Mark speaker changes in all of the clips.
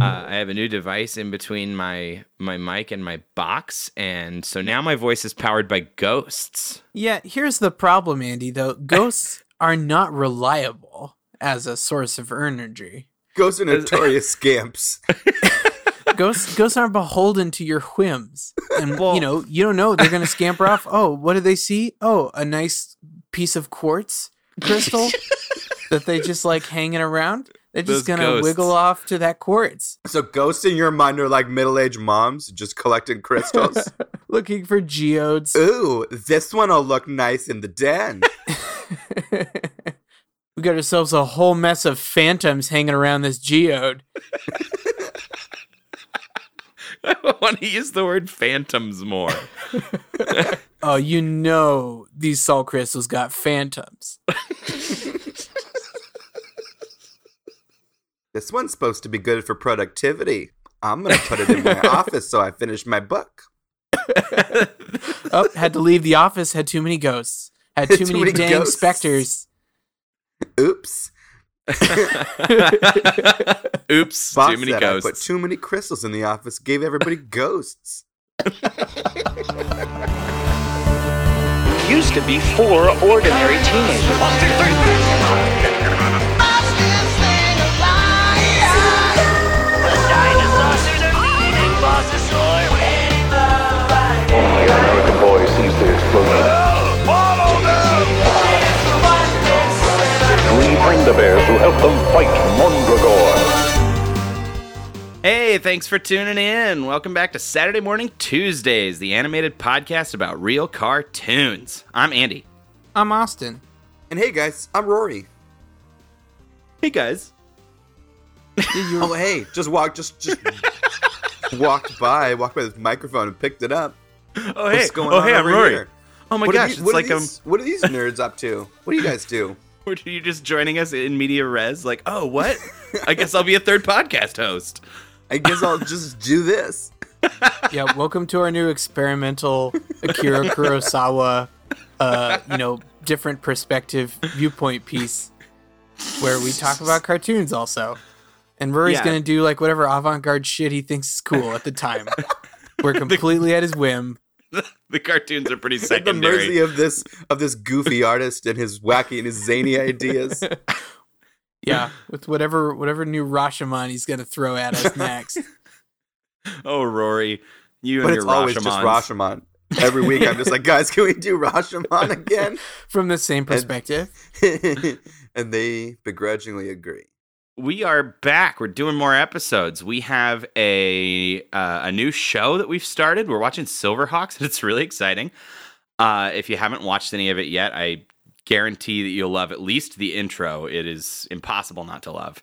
Speaker 1: Uh, I have a new device in between my my mic and my box, and so now my voice is powered by ghosts.
Speaker 2: Yeah, here's the problem, Andy, though. Ghosts are not reliable as a source of energy.
Speaker 3: Ghosts are notorious scamps.
Speaker 2: Ghosts ghosts aren't beholden to your whims. And you know, you don't know they're gonna scamper off. Oh, what do they see? Oh, a nice piece of quartz crystal that they just like hanging around. They're just
Speaker 1: Those
Speaker 2: gonna
Speaker 1: ghosts.
Speaker 2: wiggle off to that quartz.
Speaker 3: So ghosts in your mind are like middle-aged moms just collecting crystals.
Speaker 2: Looking for geodes.
Speaker 3: Ooh, this one'll look nice in the den.
Speaker 1: Uh.
Speaker 2: we got ourselves a whole mess of phantoms hanging around this geode.
Speaker 1: I want to use the word phantoms more.
Speaker 2: Oh, you know these salt crystals got phantoms.
Speaker 3: This one's supposed to be good for productivity. I'm gonna put it in my office so I finish my book.
Speaker 2: Oh, had to leave the office, had too many ghosts. Had too, many, dang
Speaker 3: ghosts.
Speaker 2: specters.
Speaker 3: Oops,
Speaker 1: Oops,
Speaker 3: boss
Speaker 1: too many
Speaker 3: said I put
Speaker 1: ghosts.
Speaker 3: too many crystals in the office. Gave everybody ghosts.
Speaker 4: used to be four ordinary teenagers.
Speaker 5: fastest thing alive.
Speaker 4: The dinosaurs are the leading bossosaur.
Speaker 6: The American boy sees the explosion. Three Brenda Bears who help them fight Mondragor.
Speaker 1: Hey, thanks for tuning in. Welcome back to Saturday Morning Tuesdays, the animated podcast about real cartoons. I'm Andy.
Speaker 2: I'm Austin.
Speaker 3: And hey guys, I'm Rory.
Speaker 1: Hey guys.
Speaker 3: Oh hey, just walked, just just walked by, walked by this microphone and picked it up.
Speaker 1: Oh hey.
Speaker 3: What's going
Speaker 1: oh
Speaker 3: on
Speaker 1: hey, I'm
Speaker 3: over
Speaker 1: Rory.
Speaker 3: here?
Speaker 1: Oh my
Speaker 3: what are
Speaker 1: gosh,
Speaker 3: these-
Speaker 1: it's
Speaker 3: what are
Speaker 1: like I'm.
Speaker 3: these, what are these nerds up to? What do you guys do?
Speaker 1: Were you just joining us in media res? Like, oh, what? I guess I'll be a third podcast host.
Speaker 3: I guess I'll just do this.
Speaker 2: Yeah, welcome to our new experimental Akira Kurosawa, uh, you know, different perspective viewpoint piece where we talk about cartoons also. And Rory's
Speaker 1: Yeah.
Speaker 2: going to do like whatever avant garde shit he thinks is cool at the time. We're completely at his whim.
Speaker 1: The cartoons are pretty
Speaker 3: At the mercy
Speaker 1: secondary.
Speaker 3: of this of this goofy artist and his wacky and his zany ideas.
Speaker 2: Yeah, with whatever whatever new Rashomon he's going to throw at us next.
Speaker 1: Oh, Rory, you
Speaker 3: but
Speaker 1: and
Speaker 3: it's
Speaker 1: your
Speaker 3: always just
Speaker 1: Rashomons.
Speaker 3: Rashomon. Every week I'm just like, guys, can we do Rashomon again?
Speaker 2: From the same perspective.
Speaker 3: and they begrudgingly agree.
Speaker 1: We are back. We're doing more episodes. We have a uh, a new show that we've started. We're watching Silverhawks, and it's really exciting. Uh, if you haven't watched any of it yet, I guarantee that you'll love at least the intro. It is impossible not to love.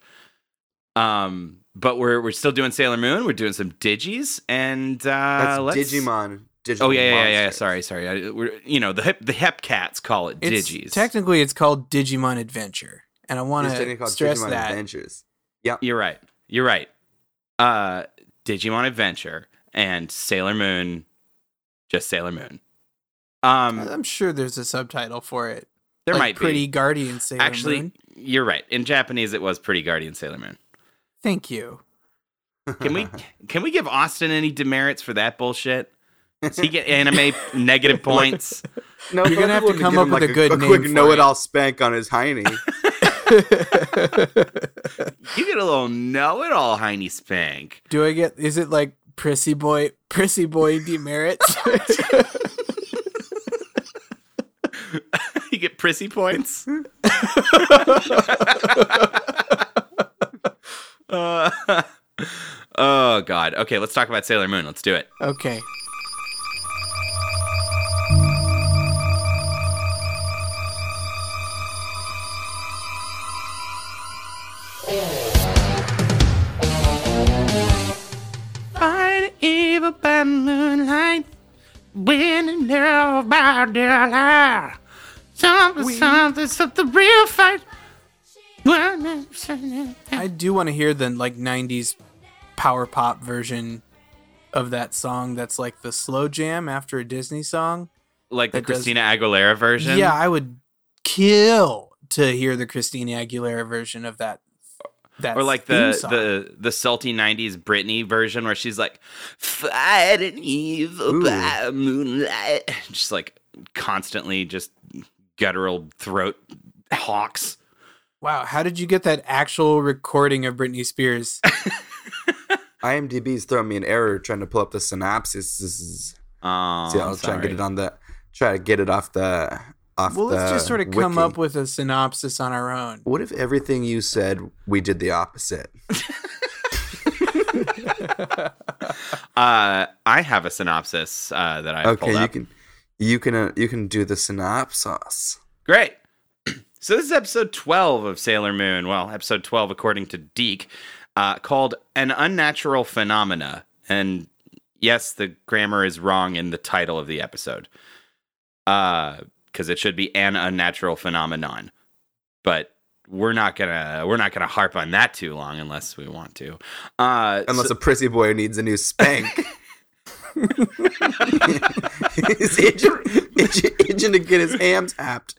Speaker 1: Um, but we're we're still doing Sailor Moon. We're doing some digis, and uh,
Speaker 3: That's
Speaker 1: let's-
Speaker 3: Digimon. Digital
Speaker 1: Oh yeah, yeah, yeah, yeah.
Speaker 3: monsters.
Speaker 1: Sorry, sorry. I, we're, you know the hep, the hep cats call it
Speaker 2: It's,
Speaker 1: digis.
Speaker 2: Technically, it's called Digimon Adventure, and I want
Speaker 3: It's technically
Speaker 2: to
Speaker 3: called
Speaker 2: stress
Speaker 3: Digimon
Speaker 2: that.
Speaker 3: Adventures.
Speaker 1: You're right. You're right. Uh, Digimon Adventure and Sailor Moon, just Sailor Moon. Um,
Speaker 2: I'm sure there's a subtitle for it.
Speaker 1: there
Speaker 2: Uh,
Speaker 1: might
Speaker 2: like Pretty
Speaker 1: be.
Speaker 2: Guardian Sailor
Speaker 1: Actually,
Speaker 2: Moon.
Speaker 1: you're right. In Japanese, it was Pretty Guardian Sailor Moon.
Speaker 2: Thank you.
Speaker 1: Can we can we give Austin any demerits for that bullshit? Does he get anime negative points?
Speaker 3: No,
Speaker 2: You're gonna have to come up with a good
Speaker 3: a,
Speaker 2: name
Speaker 3: quick
Speaker 2: for
Speaker 3: know-it-all spank on his hiney.
Speaker 1: You get a little know-it-all, Heiny Spank.
Speaker 2: Do I get? Is it like Prissy Boy? Prissy Boy demerits?
Speaker 1: You get prissy points. Uh, oh God. Okay, let's talk about Sailor Moon. Let's do it.
Speaker 2: okay.
Speaker 1: Fight evil by moonlight, winning love by their lie. Something, something, something real fight.
Speaker 2: I do want to hear the like '90s power pop version of that song. That's like the slow jam after a Disney song.
Speaker 1: Like the
Speaker 2: That does-
Speaker 1: Christina Aguilera version.
Speaker 2: Yeah, I would kill to hear the Christina Aguilera version of that That's
Speaker 1: or like
Speaker 2: theme
Speaker 1: the
Speaker 2: song.
Speaker 1: the the salty '90s Britney version where she's like, "Fighting evil
Speaker 3: Ooh.
Speaker 1: by moonlight," just like constantly just guttural throat hawks.
Speaker 2: Wow, how did you get that actual recording of Britney Spears?
Speaker 3: IMDb's throwing me an error trying to pull up the synopsis. This is-
Speaker 1: Um,
Speaker 3: see, I'll try and get it on the try to get it off the off.
Speaker 2: Well, let's
Speaker 3: the
Speaker 2: just sort of come
Speaker 3: wiki.
Speaker 2: up with a synopsis on our own.
Speaker 3: What if everything you said we did the opposite?
Speaker 1: Uh, I have a synopsis uh, that I have
Speaker 3: okay,
Speaker 1: pulled
Speaker 3: you
Speaker 1: up.
Speaker 3: can you can uh, you can do the synopsis.
Speaker 1: Great. So this is episode 12 of Sailor Moon. Well, episode 12 according to Deke, uh, called "An Unnatural Phenomena." And yes, the grammar is wrong in the title of the episode, because it should be "An Unnatural Phenomenon." But we're not gonna we're not gonna harp on that too long unless we want to. Uh,
Speaker 3: Unless a prissy boy needs a new spank. He's itching, itching, itching to get his ham tapped.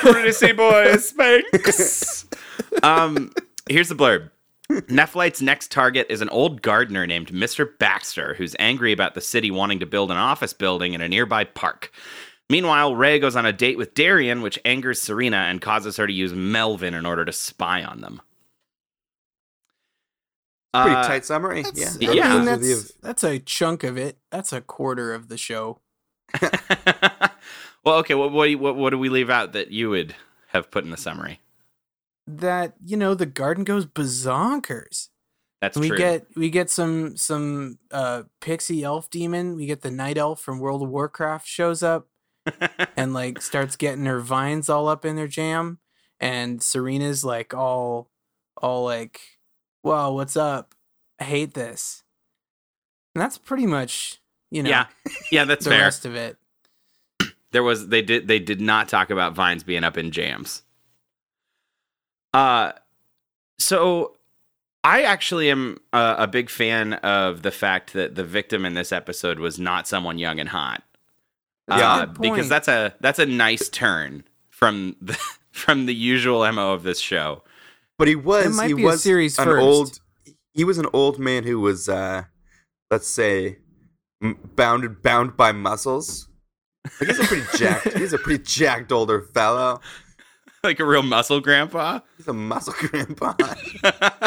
Speaker 1: Pretty boy Spanx. um, here's the blurb. Nephlite's next target is an old gardener named Mr. Baxter, who's angry about the city wanting to build an office building in a nearby park. Meanwhile, Ray goes on a date with Darian, which angers Serena and causes her to use Melvin in order to spy on them.
Speaker 3: Pretty
Speaker 1: Uh,
Speaker 3: tight summary. Yeah.
Speaker 2: That's-
Speaker 1: yeah.
Speaker 2: I mean,
Speaker 3: Overview
Speaker 2: that's,
Speaker 3: of-
Speaker 2: that's a chunk of it. That's a quarter of the show.
Speaker 1: well, okay. What, what what what do we leave out that you would have put in the summary?
Speaker 2: That you know, the garden goes bazonkers.
Speaker 1: That's
Speaker 2: we
Speaker 1: true.
Speaker 2: get we get some some uh pixie elf demon we get the night elf from world of warcraft shows up and like starts getting her vines all up in her jam and serena's like all all like whoa what's up i hate this and that's pretty much you know
Speaker 1: yeah, yeah, that's
Speaker 2: the
Speaker 1: fair.
Speaker 2: rest of it
Speaker 1: There was they did they did not talk about vines being up in jams. Uh so I actually am a, a big fan of the fact that the victim in this episode was not someone young and hot.
Speaker 2: That's a
Speaker 1: Uh,
Speaker 2: good
Speaker 1: because
Speaker 2: point.
Speaker 1: that's a that's a nice turn from the, from the usual mo of this show.
Speaker 3: But he was
Speaker 2: It might
Speaker 3: he
Speaker 2: be a
Speaker 3: was
Speaker 2: series
Speaker 3: an
Speaker 2: first.
Speaker 3: old he was an old man who was uh let's say m- bounded bound by muscles. Like he's a pretty jacked he's a pretty jacked older fellow.
Speaker 1: Like a real muscle grandpa.
Speaker 3: He's a muscle grandpa.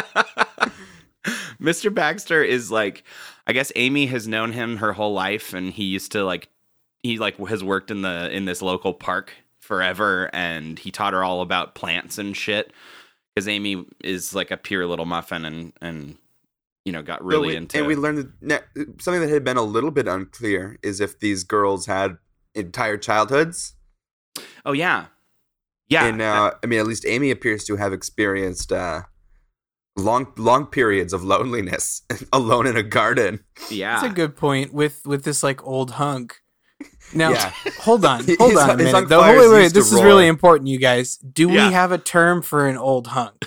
Speaker 1: Mr. Baxter is like, I guess Amy has known him her whole life, and he used to like, he like has worked in the in this local park forever, and he taught her all about plants and shit. Because Amy is like a pure little muffin, and and you know got
Speaker 3: So
Speaker 1: really
Speaker 3: we-
Speaker 1: into.
Speaker 3: and we learned that ne- something that had been a little bit unclear is if these girls had entire childhoods.
Speaker 1: oh yeah, yeah.
Speaker 3: and uh, I mean, at least Amy appears to have experienced uh, long, long periods of loneliness, alone in a garden.
Speaker 1: yeah.
Speaker 2: that's a good point with with this like old hunk now
Speaker 3: Yeah.
Speaker 2: hold on
Speaker 3: His-
Speaker 2: hold on a
Speaker 3: his
Speaker 2: minute
Speaker 3: hunk
Speaker 2: though wait
Speaker 3: fires
Speaker 2: wait, wait
Speaker 3: used to
Speaker 2: this is really
Speaker 3: roar.
Speaker 2: important you guys do
Speaker 1: Yeah.
Speaker 2: we have a term for an old hunk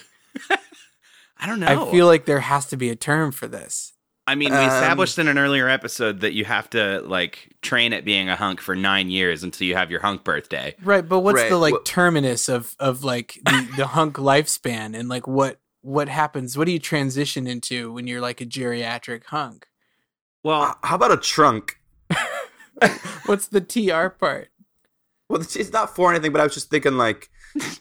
Speaker 1: I don't know.
Speaker 2: I feel like there has to be a term for this.
Speaker 1: I mean, we
Speaker 3: Um,
Speaker 1: established in an earlier episode that you have to like train at being a hunk for nine years until you have your hunk birthday.
Speaker 2: Right, but what's
Speaker 3: Right,
Speaker 2: the like
Speaker 3: well-
Speaker 2: terminus of of like the, the hunk lifespan and like what what happens? What do you transition into when you're like a geriatric hunk?
Speaker 1: Well,
Speaker 3: Uh, How about a trunk?
Speaker 2: What's the TR part?
Speaker 3: Well, it's- it's not for anything, but I was just thinking like,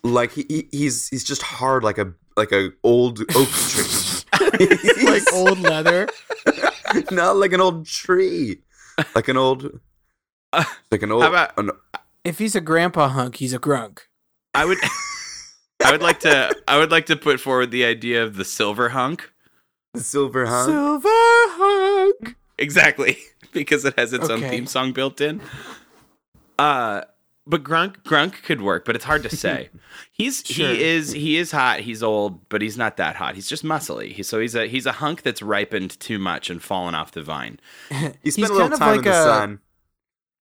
Speaker 3: like he, he- he's he's just hard like a like a old oak tree,
Speaker 2: Like old leather.
Speaker 3: not like an old tree, like an old, like an old.
Speaker 1: about-
Speaker 3: an-
Speaker 2: If he's a grandpa hunk, he's a grunk.
Speaker 1: I would I would like to I would like to put forward the idea of the silver hunk.
Speaker 3: silver hunk.
Speaker 2: Silver hunk.
Speaker 1: Exactly. Because it has its own
Speaker 2: Okay.
Speaker 1: theme song built in. Uh but grunk grunk could work, but it's hard to say. He's
Speaker 2: Sure.
Speaker 1: he is he is hot, he's old, but he's not that hot. He's just muscly. He, so he's a he's a hunk that's ripened too much and fallen off the vine.
Speaker 3: he
Speaker 2: he's
Speaker 3: spent a little
Speaker 2: kind of
Speaker 3: time in
Speaker 2: like
Speaker 3: the
Speaker 2: a-
Speaker 3: sun.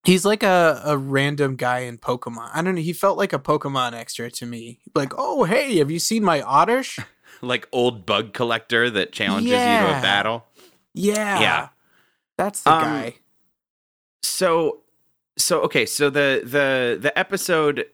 Speaker 2: He's like a, a random guy in Pokemon. I don't know. He felt like a Pokemon extra to me. Like, oh hey, have you seen my Oddish?
Speaker 1: Like old bug collector that challenges you to a
Speaker 2: Yeah.
Speaker 1: battle.
Speaker 2: Yeah.
Speaker 1: Yeah.
Speaker 2: That's the
Speaker 1: Um,
Speaker 2: guy.
Speaker 1: so so okay so the the the episode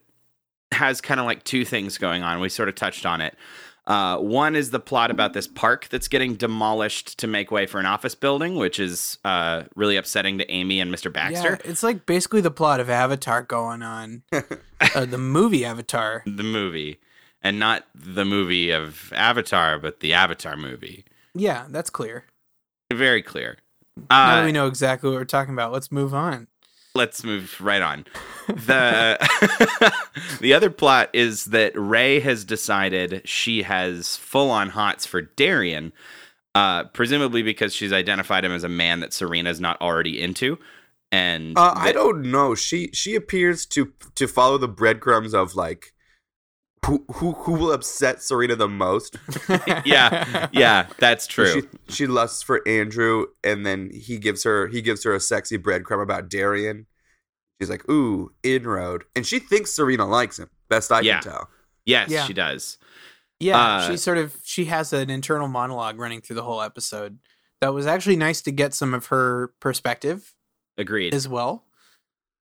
Speaker 1: has kind of like two things going on we sort of touched on it Uh, one is the plot about this park that's getting demolished to make way for an office building, which is uh, really upsetting to Amy and Mr. Baxter.
Speaker 2: Yeah, it's like basically the plot of Avatar going on, uh, the movie Avatar.
Speaker 1: The movie, and not the movie of Avatar, but the Avatar movie.
Speaker 2: Yeah, that's clear.
Speaker 1: Very clear.
Speaker 2: Now that
Speaker 1: Uh,
Speaker 2: we know exactly what we're talking about. Let's move on.
Speaker 1: let's move right on. The the other plot is that Ray has decided she has full on hots for Darian, uh, presumably because she's identified him as a man that Serena's not already into. And
Speaker 3: Uh, I
Speaker 1: that-
Speaker 3: don't know. She she appears to to follow the breadcrumbs of like who who who will upset Serena the most.
Speaker 1: yeah, yeah, that's true.
Speaker 3: She she lusts for Andrew, and then he gives her he gives her a sexy breadcrumb about Darian. She's like, ooh, inroad, and she thinks Serena likes him. Best I
Speaker 1: Yeah.
Speaker 3: can tell.
Speaker 1: yes,
Speaker 2: Yeah.
Speaker 1: she does.
Speaker 2: Yeah,
Speaker 1: Uh,
Speaker 2: she sort of she has an internal monologue running through the whole episode. That was actually nice to get some of her perspective
Speaker 1: Agreed.
Speaker 2: as well.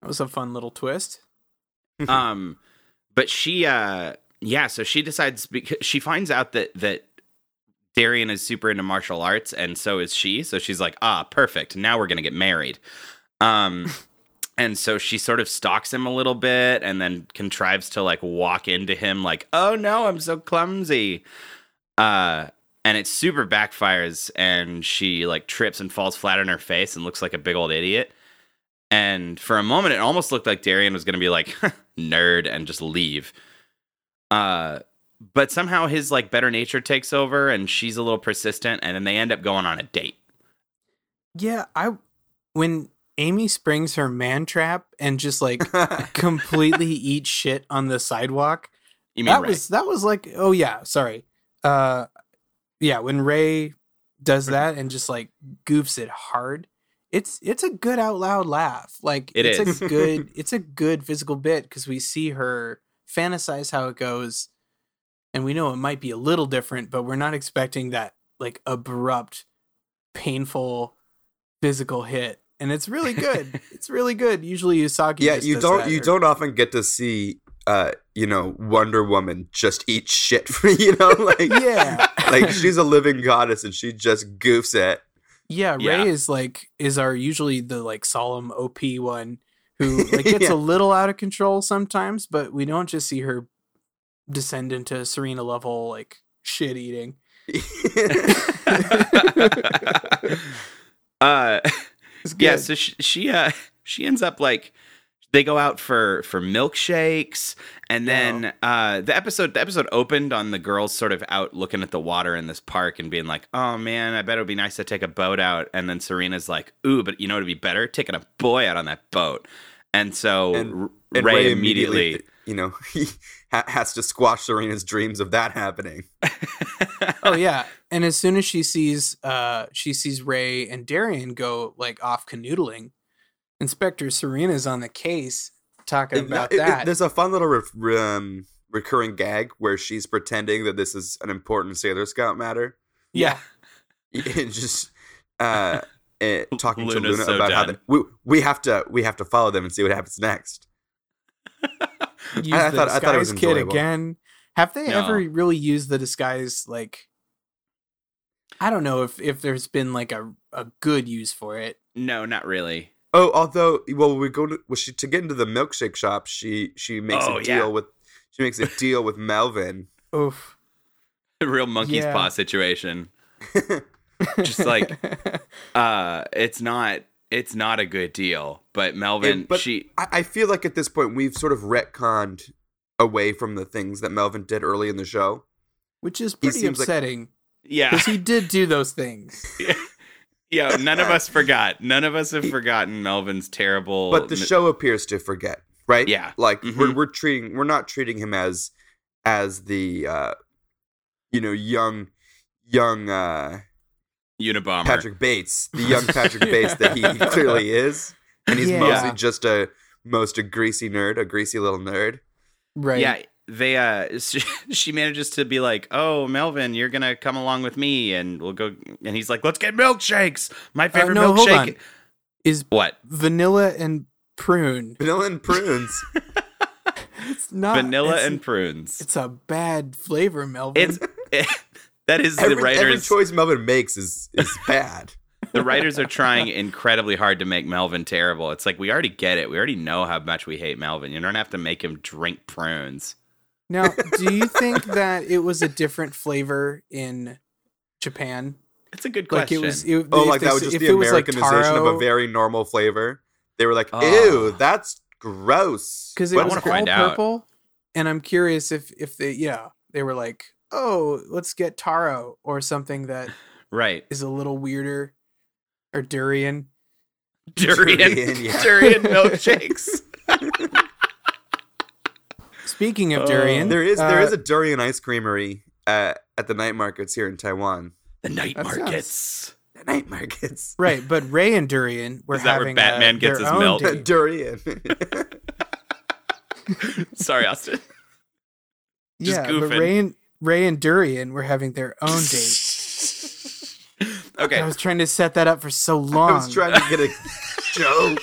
Speaker 2: That was a fun little twist.
Speaker 1: um but she uh yeah so she decides because she finds out that that darian is super into martial arts and so is she so she's like ah perfect now we're gonna get married um and so she sort of stalks him a little bit and then contrives to like walk into him like oh no i'm so clumsy uh and it super backfires and she like trips and falls flat on her face and looks like a big old idiot and for a moment, it almost looked like Darian was going to be like, nerd, and just leave. Uh, but somehow his like better nature takes over and she's a little persistent. And then they end up going on a date.
Speaker 2: Yeah, I when Amy springs her man trap and just like completely eats shit on the sidewalk.
Speaker 1: You mean
Speaker 2: That
Speaker 1: Ray?
Speaker 2: was that was like oh yeah, sorry. Uh yeah, when Ray does that and just like goofs it hard. It's it's a good out loud laugh. Like
Speaker 1: It
Speaker 2: it's
Speaker 1: is.
Speaker 2: a good it's a good physical bit cuz we see her fantasize how it goes and we know it might be a little different, but we're not expecting that like abrupt painful physical hit. And it's really good. it's really good. Usually Usagi
Speaker 3: Yeah,
Speaker 2: just
Speaker 3: you
Speaker 2: does
Speaker 3: don't
Speaker 2: that,
Speaker 3: you
Speaker 2: or-
Speaker 3: don't often get to see uh you know Wonder Woman just eat shit for you know like
Speaker 2: Yeah.
Speaker 3: like she's a living goddess and she just goofs at
Speaker 2: Yeah, Ray
Speaker 1: Yeah.
Speaker 2: is like is our usually the like solemn OP one who like gets
Speaker 3: Yeah.
Speaker 2: a little out of control sometimes, but we don't just see her descend into Serena level like shit eating.
Speaker 1: uh,
Speaker 2: It's
Speaker 1: yeah.
Speaker 2: good.
Speaker 1: So she, she, uh, she ends up like, they go out for for milkshakes and then uh the episode the episode opened on the girls sort of out looking at the water in this park and being like oh man i bet it would be nice to take a boat out and then serena's like ooh but you know what would be better taking a boy out on that boat and so
Speaker 3: And-
Speaker 1: R-
Speaker 3: and
Speaker 1: ray,
Speaker 3: Ray
Speaker 1: immediately,
Speaker 3: immediately you know he ha- has to squash Serena's dreams of that happening.
Speaker 2: oh yeah. And as soon as she sees uh she sees Ray and Darian go like off canoodling, Inspector Serena's on the case talking
Speaker 3: It-
Speaker 2: about
Speaker 3: it- it-
Speaker 2: that.
Speaker 3: there's a fun little re- re- um, recurring gag where she's pretending that this is an important Sailor Scout matter.
Speaker 2: yeah.
Speaker 3: and just uh, eh, talking to
Speaker 1: Luna's
Speaker 3: Luna
Speaker 1: so
Speaker 3: about how
Speaker 1: done.
Speaker 3: the, we we have to we have to follow them and see what happens next.
Speaker 2: use
Speaker 3: I
Speaker 2: the
Speaker 3: thought- I
Speaker 2: disguise
Speaker 3: thought it was
Speaker 2: kit
Speaker 3: enjoyable.
Speaker 2: again. Have they
Speaker 1: No.
Speaker 2: ever really used the disguise? Like, I don't know if if there's been like a a good use for it.
Speaker 1: no not really
Speaker 3: Oh, although well, we go to well, she to get into the milkshake shop. She she makes
Speaker 1: Oh,
Speaker 3: a
Speaker 1: yeah.
Speaker 3: deal with she makes a deal with Melvin.
Speaker 2: Oof.
Speaker 1: real monkey's
Speaker 2: Yeah.
Speaker 1: paw situation just like uh it's not it's not a good deal but melvin
Speaker 3: It- but
Speaker 1: she
Speaker 3: I, I feel like at this point we've sort of retconned away from the things that Melvin did early in the show.
Speaker 2: Which is
Speaker 3: He
Speaker 2: pretty
Speaker 3: seems like-
Speaker 2: upsetting
Speaker 1: yeah
Speaker 2: because he did do those things.
Speaker 1: Yeah, none of us forgot. None of us have forgotten Melvin's terrible.
Speaker 3: but the
Speaker 1: mi-
Speaker 3: show appears to forget, right?
Speaker 1: Yeah.
Speaker 3: Like we're
Speaker 1: Mhm.
Speaker 3: we're treating we're not treating him as as the uh you know young young uh
Speaker 1: Unabomber.
Speaker 3: Patrick Bates, the young Patrick Bates that he clearly is, and he's
Speaker 2: Yeah.
Speaker 3: mostly just a most a greasy nerd, a greasy little nerd.
Speaker 2: Right.
Speaker 1: Yeah, they uh, she, she manages to be like, "Oh, Melvin, you're gonna come along with me, and we'll go." And he's like, "Let's get milkshakes. My favorite
Speaker 2: no, hold
Speaker 1: milkshake."
Speaker 2: on. Is
Speaker 1: What?
Speaker 2: vanilla and prune.
Speaker 3: Vanilla and prunes.
Speaker 2: It's not
Speaker 1: Vanilla
Speaker 2: Ah, it's-
Speaker 1: and prunes.
Speaker 2: It's a bad flavor, Melvin.
Speaker 1: It's that is the
Speaker 3: Every, every
Speaker 1: writers.
Speaker 3: choice Melvin makes is is bad.
Speaker 1: the writers are trying incredibly hard to make Melvin terrible. It's like we already get it. We already know how much we hate Melvin. You don't have to make him drink prunes.
Speaker 2: Now, do you think that it was a different flavor in Japan?
Speaker 1: It's a good
Speaker 2: Like
Speaker 1: question.
Speaker 2: it was. It,
Speaker 3: Oh,
Speaker 2: if
Speaker 3: like
Speaker 2: they-
Speaker 3: that was just
Speaker 2: if
Speaker 3: the
Speaker 2: it was like
Speaker 3: Americanization of a
Speaker 2: taro-
Speaker 3: very normal flavor. They were like,
Speaker 1: Oh.
Speaker 3: "Ew, that's gross."
Speaker 2: because it
Speaker 1: But I
Speaker 2: was all
Speaker 1: wanna find out.
Speaker 2: purple, and I'm curious if if they yeah they were like oh let's get taro or something that
Speaker 1: right.
Speaker 2: is a little weirder or durian.
Speaker 1: Durian,
Speaker 3: Durian, yeah.
Speaker 1: durian milkshakes.
Speaker 2: Speaking of
Speaker 1: Oh.
Speaker 2: durian,
Speaker 3: There is there
Speaker 2: uh,
Speaker 3: is a durian ice creamery uh, at the night markets here in Taiwan.
Speaker 1: the night
Speaker 2: That sounds-
Speaker 1: markets.
Speaker 3: The night markets.
Speaker 2: right, but Ray and durian were
Speaker 1: Is that where
Speaker 2: having,
Speaker 1: Batman
Speaker 2: uh,
Speaker 1: gets
Speaker 2: their
Speaker 1: his
Speaker 2: own
Speaker 1: milk?
Speaker 2: date.
Speaker 3: durian.
Speaker 1: Sorry, Austin. just
Speaker 2: yeah, but
Speaker 1: goofing.
Speaker 2: Ray and Ray and durian were having their own date. I
Speaker 1: okay.
Speaker 2: was trying to set that up for so
Speaker 3: I
Speaker 2: long.
Speaker 3: was trying to get a joke.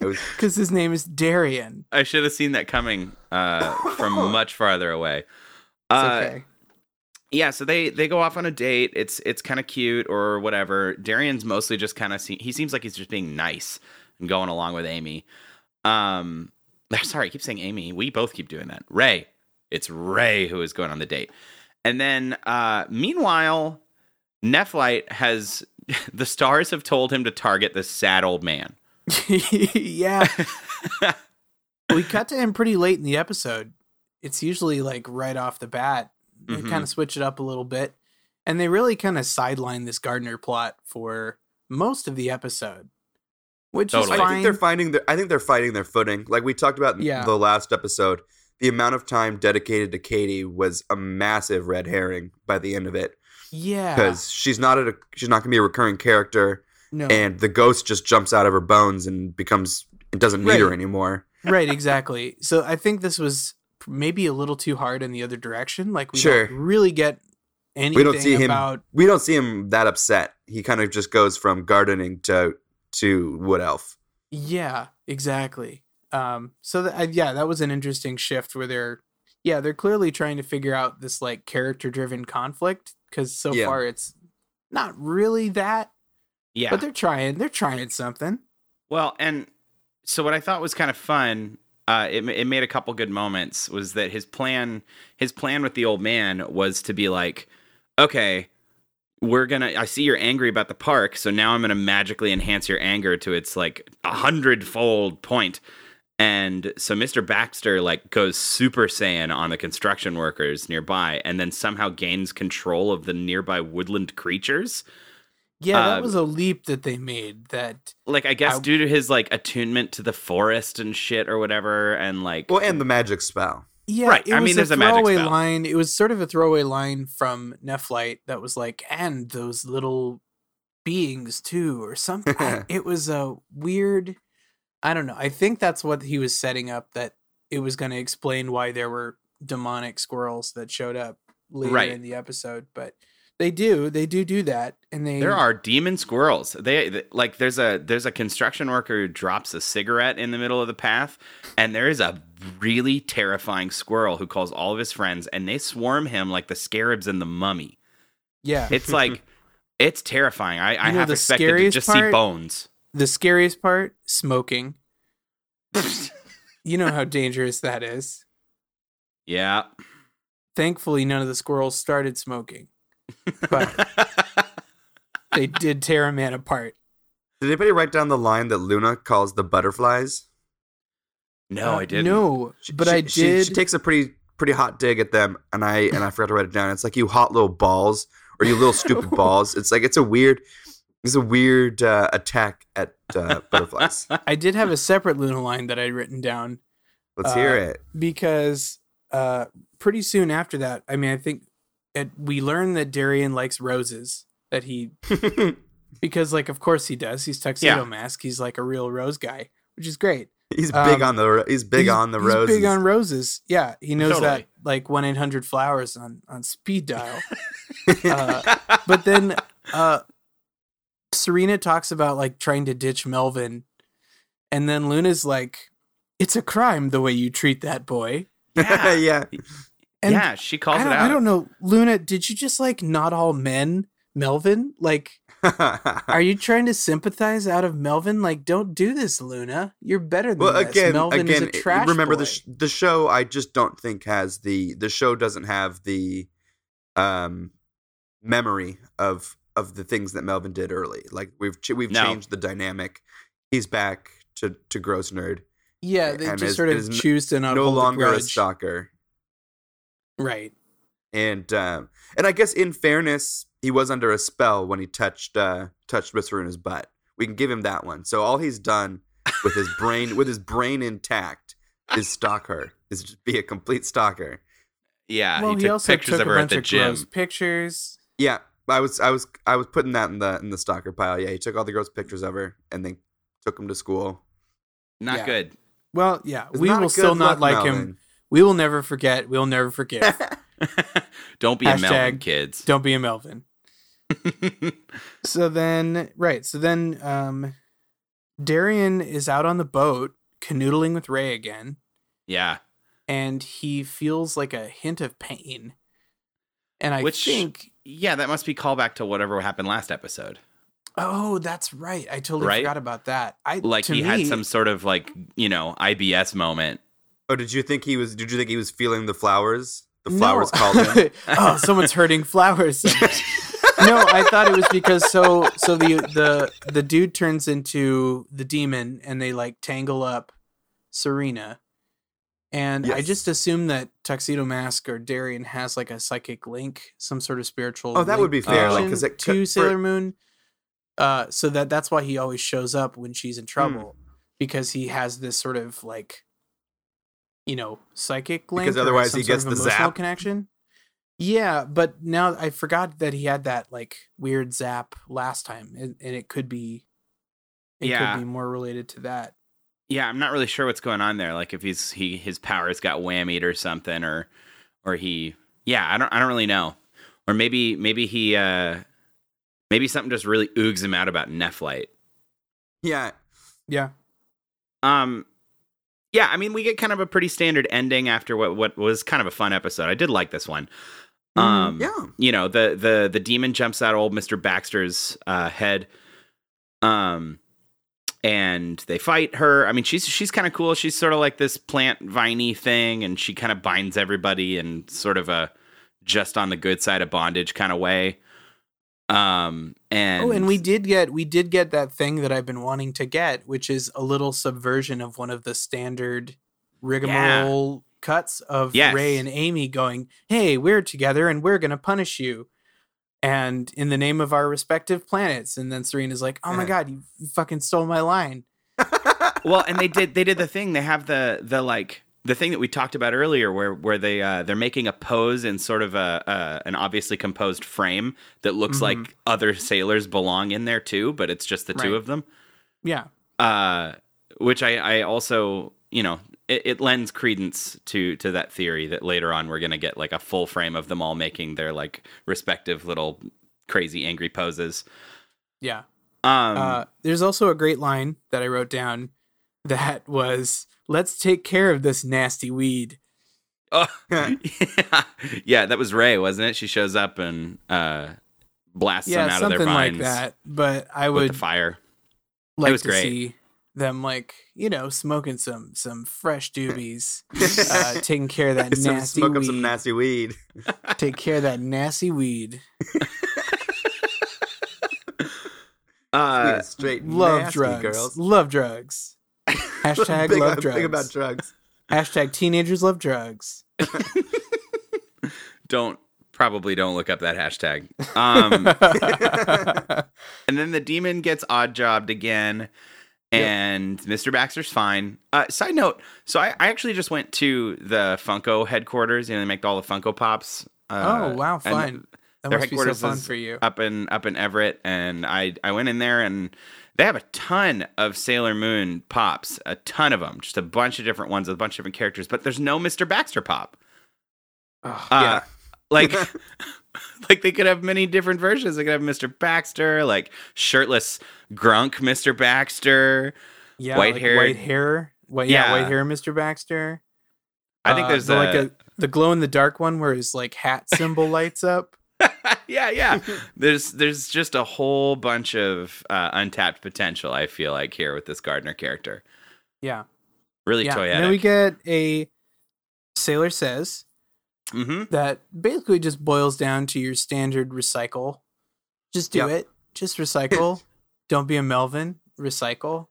Speaker 3: I was
Speaker 2: because his name is Darian.
Speaker 1: I should have seen that coming uh, from much farther away.
Speaker 2: It's
Speaker 1: Uh,
Speaker 2: okay.
Speaker 1: yeah so they they go off on a date it's it's kind of cute or whatever darian's mostly just kind of se- he seems like he's just being nice and going along with amy um sorry i keep saying amy we both keep doing that ray it's ray who is going on the date and then uh meanwhile nephlite has the stars have told him to target this sad old man
Speaker 2: yeah. we cut to him pretty late in the episode. It's usually like right off the bat. They
Speaker 3: Mm-hmm.
Speaker 1: Mhm.
Speaker 2: kind of switch it up a little bit. And they really kind of sideline this Gardner plot for most of the episode, which
Speaker 1: Totally.
Speaker 2: is
Speaker 3: I
Speaker 2: fine.
Speaker 3: think they're finding their. I think they're finding their footing. Like we talked about in
Speaker 2: Yeah.
Speaker 3: the last episode, the amount of time dedicated to Katie was a massive red herring by the end of it
Speaker 2: yeah.
Speaker 3: because she's not at a, she's not going to be a recurring character,
Speaker 2: No.
Speaker 3: and the ghost just jumps out of her bones and becomes it doesn't need her
Speaker 2: Right.
Speaker 3: anymore.
Speaker 2: right, exactly. So I think this was maybe a little too hard in the other direction. Like we
Speaker 3: Sure.
Speaker 2: don't really get anything
Speaker 3: We don't see him.
Speaker 2: about
Speaker 3: We don't see him that upset. He kind of just goes from gardening to to wood elf.
Speaker 2: Yeah, exactly. Um, so th- I- yeah, that was an interesting shift where they're, yeah, they're clearly trying to figure out this like character-driven conflict because so
Speaker 3: Yeah.
Speaker 2: far it's not really that,
Speaker 1: yeah
Speaker 2: but they're trying. They're trying something.
Speaker 1: Well, and so what I thought was kind of fun, uh, it ma- it made a couple good moments. Was that his plan? His plan with the old man was to be like, okay, we're gonna. I see you're angry about the park, so now I'm gonna magically enhance your anger to its like a hundredfold point. And so Mr. Baxter like goes Super Saiyan on the construction workers nearby, and then somehow gains control of the nearby woodland creatures.
Speaker 2: Yeah, that
Speaker 1: Uh,
Speaker 2: was a leap that they made. That
Speaker 1: like I guess
Speaker 2: I-
Speaker 1: due to his like attunement to the forest and shit or whatever, and like
Speaker 3: Well, and the magic spell.
Speaker 2: yeah,
Speaker 1: Right,
Speaker 2: It
Speaker 1: I
Speaker 2: was
Speaker 1: mean,
Speaker 2: a
Speaker 1: there's a magic
Speaker 2: throwaway
Speaker 1: spell.
Speaker 2: line. It was sort of a throwaway line from Nephlite that was like, and those little beings too, or something. it was a weird. I don't know. I think that's what he was setting up that it was going to explain why there were demonic squirrels that showed up later
Speaker 1: Right.
Speaker 2: in the episode, but they do, they do do that, and they
Speaker 1: there are demon squirrels. They th- like there's a there's a construction worker who drops a cigarette in the middle of the path, and there is a really terrifying squirrel who calls all of his friends, and they swarm him like the scarabs in the mummy.
Speaker 2: yeah.
Speaker 1: It's like it's terrifying. I, I
Speaker 2: You know,
Speaker 1: have
Speaker 2: the
Speaker 1: expected to
Speaker 2: scariest
Speaker 1: just see
Speaker 2: part-
Speaker 1: bones.
Speaker 2: The scariest part, smoking. You know how dangerous that is.
Speaker 1: yeah.
Speaker 2: Thankfully, none of the squirrels started smoking, but they did tear a man apart.
Speaker 3: Did anybody write down the line that Luna calls the butterflies?
Speaker 1: No,
Speaker 2: Uh,
Speaker 1: I didn't.
Speaker 2: No,
Speaker 3: She-
Speaker 2: but
Speaker 3: she-
Speaker 2: I
Speaker 3: she-
Speaker 2: did.
Speaker 3: She, takes a pretty pretty hot dig at them, and I and I forgot to write it down. It's like you hot little balls or you little stupid balls. It's like it's a weird it's a weird uh, attack at uh, butterflies.
Speaker 2: I did have a separate Luna line that I'd written down
Speaker 3: Let's hear
Speaker 2: Uh,
Speaker 3: it.
Speaker 2: because uh, pretty soon after that, I mean, I think it, we learn that Darian likes roses. That he, because like, of course he does. He's tuxedo
Speaker 1: Yeah.
Speaker 2: mask. He's like a real rose guy, which is great.
Speaker 3: He's
Speaker 2: um,
Speaker 3: big on the he's big
Speaker 2: He's-
Speaker 3: on the
Speaker 2: he's
Speaker 3: roses.
Speaker 2: Big on roses. Yeah, he knows that
Speaker 1: Totally.
Speaker 2: like one eight hundred flowers on on speed dial. uh, but then uh, Serena talks about like trying to ditch Melvin, and then Luna's like, "It's a crime the way you treat that boy."
Speaker 1: Yeah.
Speaker 3: yeah,
Speaker 2: And
Speaker 1: yeah, she calls
Speaker 2: I
Speaker 1: it
Speaker 2: don't,
Speaker 1: out.
Speaker 2: I don't know, Luna. Did you just like not all men, Melvin? Like, are you trying to sympathize out of Melvin? Like, don't do this, Luna. You're better than
Speaker 3: well,
Speaker 2: this.
Speaker 3: again,
Speaker 2: Melvin
Speaker 3: again,
Speaker 2: is a
Speaker 3: it-
Speaker 2: trash
Speaker 3: remember the
Speaker 2: boy.
Speaker 3: sh- the show. I just don't think has the the show doesn't have the um memory of of the things that Melvin did early. Like we've ch- we've
Speaker 1: No.
Speaker 3: changed the dynamic. He's back to to gross nerd.
Speaker 2: yeah, they
Speaker 3: and
Speaker 2: just
Speaker 3: is-
Speaker 2: sort of
Speaker 3: is n-
Speaker 2: choose to not
Speaker 3: no
Speaker 2: hold a
Speaker 3: longer a
Speaker 2: grudge.
Speaker 3: stalker.
Speaker 2: right?
Speaker 3: and um, and I guess in fairness, he was under a spell when he touched uh, touched Miss Runa's butt. We can give him that one. So all he's done with his brain with his brain intact is stalk her, is just be a complete stalker.
Speaker 1: yeah,
Speaker 2: well,
Speaker 1: Ah, he
Speaker 2: he,
Speaker 1: took
Speaker 2: also
Speaker 1: pictures
Speaker 2: took
Speaker 1: of
Speaker 2: a
Speaker 1: her at
Speaker 2: bunch
Speaker 1: the
Speaker 2: of
Speaker 1: gym.
Speaker 2: gross pictures.
Speaker 3: Yeah, I was I was I was putting that in the in the stalker pile. Yeah, he took all the girls' pictures of her and then took him to school.
Speaker 1: Not
Speaker 2: Yeah.
Speaker 1: good.
Speaker 2: Well, yeah,
Speaker 3: It's
Speaker 2: we
Speaker 3: not
Speaker 2: will
Speaker 3: good
Speaker 2: still not
Speaker 3: luck,
Speaker 2: like him.
Speaker 3: Melvin.
Speaker 2: We will never forget. We'll never forgive.
Speaker 1: Don't be a Melvin,
Speaker 2: Hashtag
Speaker 1: kids.
Speaker 2: Don't be a Melvin. so then, right. So then, um, Darian is out on the boat canoodling with Ray again,
Speaker 1: yeah.
Speaker 2: and he feels like a hint of pain. And I
Speaker 1: Which-
Speaker 2: think,
Speaker 1: Yeah, that must be callback to whatever happened last episode.
Speaker 2: oh, that's right. I totally
Speaker 1: Right?
Speaker 2: forgot about that. I
Speaker 1: Like
Speaker 2: to
Speaker 1: he
Speaker 2: me,
Speaker 1: had some sort of like, you know, IBS moment.
Speaker 3: Oh, did you think he was? Did you think he was feeling the flowers? The
Speaker 2: No.
Speaker 3: flowers called him.
Speaker 2: oh, someone's hurting flowers. no, I thought it was because so so the the the dude turns into the demon and they like tangle up Serena. And I
Speaker 3: Yes.
Speaker 2: just assume that Tuxedo Mask or Darian has like a psychic link, some sort of spiritual.
Speaker 3: Oh, that would
Speaker 2: link
Speaker 3: be fair,
Speaker 1: like,
Speaker 2: connection
Speaker 3: 'cause it
Speaker 2: to
Speaker 3: could- for-
Speaker 2: Sailor Moon. Uh, so that that's why he always shows up when she's
Speaker 3: Hmm.
Speaker 2: in trouble, because he has this sort of like, you know, psychic link.
Speaker 3: Because
Speaker 2: or
Speaker 3: otherwise
Speaker 2: some
Speaker 3: he
Speaker 2: sort
Speaker 3: gets
Speaker 2: of
Speaker 3: the
Speaker 2: emotional
Speaker 3: zap.
Speaker 2: connection. Yeah, but now I forgot that he had that like weird zap last time, and, and it could be, it
Speaker 1: Yeah.
Speaker 2: could be more related to that.
Speaker 1: Yeah, I'm not really sure what's going on there. Like if he's he his powers got whammied or something or or he yeah, I don't I don't really know. Or maybe maybe he uh maybe something just really oogs him out about Nephlite.
Speaker 3: Yeah,
Speaker 2: Yeah,
Speaker 1: Um yeah, I mean we get kind of a pretty standard ending after what what was kind of a fun episode. I did like this one.
Speaker 2: Mhm.
Speaker 1: Um
Speaker 3: yeah.
Speaker 1: you know the the the demon jumps out of old Mister Baxter's uh, head, um, and they fight her. I mean, she's she's kind of cool. She's sort of like this plant viney thing, and she kind of binds everybody in sort of a just on the good side of bondage kind of way. Um, and
Speaker 2: oh, and we did get we did get that thing that I've been wanting to get, which is a little subversion of one of the standard rigmarole cuts of
Speaker 1: Yes.
Speaker 2: Ray and Amy going, "Hey, we're together and we're gonna punish you." And in the name of our respective planets, and then Serena's like, "Oh my
Speaker 1: Mm.
Speaker 3: Yeah.
Speaker 2: god, you fucking stole my line!"
Speaker 1: well, and they did they did the thing. They have the the like the thing that we talked about earlier, where where they uh, they're making a pose in sort of a uh, an obviously composed frame that looks
Speaker 2: Mhm.
Speaker 1: like other sailors belong in there too, but it's just the
Speaker 2: Right.
Speaker 1: two of them.
Speaker 2: Yeah,
Speaker 1: Uh, which I I also you know it, it lends credence to to that theory that later on we're gonna get like a full frame of them all making their like respective little crazy angry poses.
Speaker 2: yeah.
Speaker 1: Um,
Speaker 2: Uh, there's also a great line that I wrote down that was, "Let's take care of this nasty weed."
Speaker 1: Oh, yeah. yeah, that was Ray, wasn't it? She shows up and uh, blasts them
Speaker 2: Yeah,
Speaker 1: out of their
Speaker 2: something like
Speaker 1: vines
Speaker 2: that. But I
Speaker 1: with
Speaker 2: would
Speaker 1: the fire.
Speaker 2: like
Speaker 1: was
Speaker 2: to
Speaker 1: great.
Speaker 2: see them like you know smoking some some fresh doobies, uh, taking care of that
Speaker 3: Some,
Speaker 2: nasty
Speaker 3: smoke up
Speaker 2: weed.
Speaker 3: some nasty weed.
Speaker 2: take care of that nasty weed.
Speaker 3: We
Speaker 1: Uh,
Speaker 3: are straight
Speaker 2: Love
Speaker 3: nasty
Speaker 2: drugs.
Speaker 3: girls.
Speaker 2: Love drugs. Hashtag
Speaker 3: Big-
Speaker 2: love
Speaker 1: uh,
Speaker 3: big
Speaker 2: drugs.
Speaker 3: about drugs.
Speaker 2: Hashtag teenagers love drugs.
Speaker 1: don't probably don't look up that hashtag. Um,
Speaker 2: Oh,
Speaker 1: and then the demon gets odd jobbed again, and Mr. Baxter's fine. Uh, side note: so I, I actually just went to the Funko headquarters. You know, they make all the Funko Pops. Uh,
Speaker 2: oh wow,
Speaker 1: and
Speaker 2: fun. That
Speaker 1: their
Speaker 2: must be so
Speaker 1: headquarters
Speaker 2: fun
Speaker 1: is uh,
Speaker 2: for you.
Speaker 1: up in up in Everett, and I I went in there and they have a ton of Sailor Moon pops, a ton of them, just a bunch of different ones with a bunch of different characters. But there's no Mr. Baxter pop.
Speaker 2: Ugh.
Speaker 1: Uh, like like they could have many different versions. They could have Mr. Baxter, like shirtless grunk Mr. Baxter.
Speaker 2: yeah,
Speaker 1: white
Speaker 2: like
Speaker 1: hair-
Speaker 2: white hair. White, yeah,
Speaker 1: Yeah.
Speaker 2: white hair, Mr. Baxter.
Speaker 1: I think
Speaker 2: Uh,
Speaker 1: there's
Speaker 2: the,
Speaker 1: a,
Speaker 2: like a the glow in the dark one where his like hat symbol lights up.
Speaker 1: yeah, yeah. there's there's just a whole bunch of uh, untapped potential. I feel like here with this Gardner character,
Speaker 2: Yeah,
Speaker 1: really
Speaker 2: yeah.
Speaker 1: toyetic.
Speaker 2: And then we get a sailor says
Speaker 1: hmm
Speaker 2: that basically just boils down to your standard recycle. Just do
Speaker 3: Yep.
Speaker 2: it. Just recycle. Don't be a Melvin. Recycle.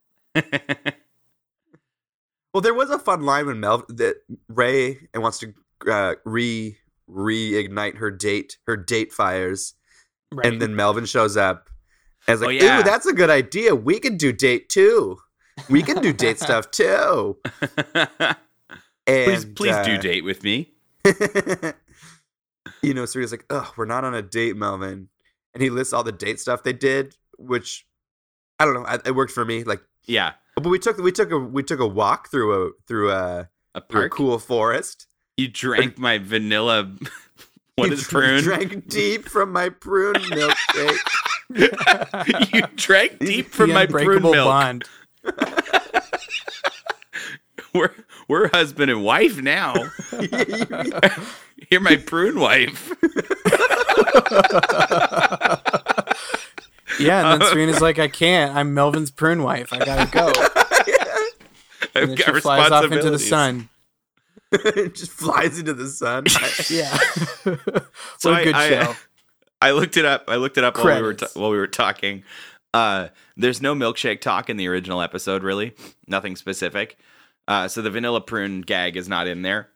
Speaker 3: Well, there was a fun line when Mel that Ray and wants to uh, re reignite her date her date fires,
Speaker 2: Right.
Speaker 3: and then Melvin shows up. And is
Speaker 1: Oh,
Speaker 3: like,
Speaker 1: yeah.
Speaker 3: "Ooh, that's a good idea. We can do date too. We can do date stuff too."
Speaker 1: Mm-hmm.
Speaker 3: And
Speaker 1: please please do
Speaker 3: uh,
Speaker 1: date with me.
Speaker 3: you know, so he's like, "Ugh, we're not on a date, Melvin," and he lists all the date stuff they did, which I don't know. I, it worked for me. Like,
Speaker 1: Yeah,
Speaker 3: but we took we took a we took a walk through a through a,
Speaker 1: a
Speaker 3: through a
Speaker 1: park.
Speaker 3: cool forest.
Speaker 1: You drank my vanilla. What
Speaker 3: You
Speaker 1: is
Speaker 3: dr-
Speaker 1: prune?
Speaker 3: Drank deep from my prune milkshake.
Speaker 1: you drank deep from
Speaker 2: The
Speaker 1: my prune
Speaker 2: unbreakable
Speaker 1: milk.
Speaker 2: bond.
Speaker 1: We're we're husband and wife now. You're my prune wife.
Speaker 2: Yeah, and then Serena's like, I can't. I'm Melvin's prune wife. I gotta go.
Speaker 1: I've
Speaker 2: And then
Speaker 1: got
Speaker 2: she flies off into the
Speaker 1: responsibilities.
Speaker 2: sun.
Speaker 3: it just flies into the sun.
Speaker 2: Yeah.
Speaker 1: So
Speaker 2: what a
Speaker 1: I-
Speaker 2: good
Speaker 1: I-
Speaker 2: show.
Speaker 1: I looked it up. I looked it up while we were
Speaker 2: Credits.
Speaker 1: ta- while we were talking. Uh, there's no milkshake talk in the original episode, really. Nothing specific. Uh, so the vanilla prune gag is not in there.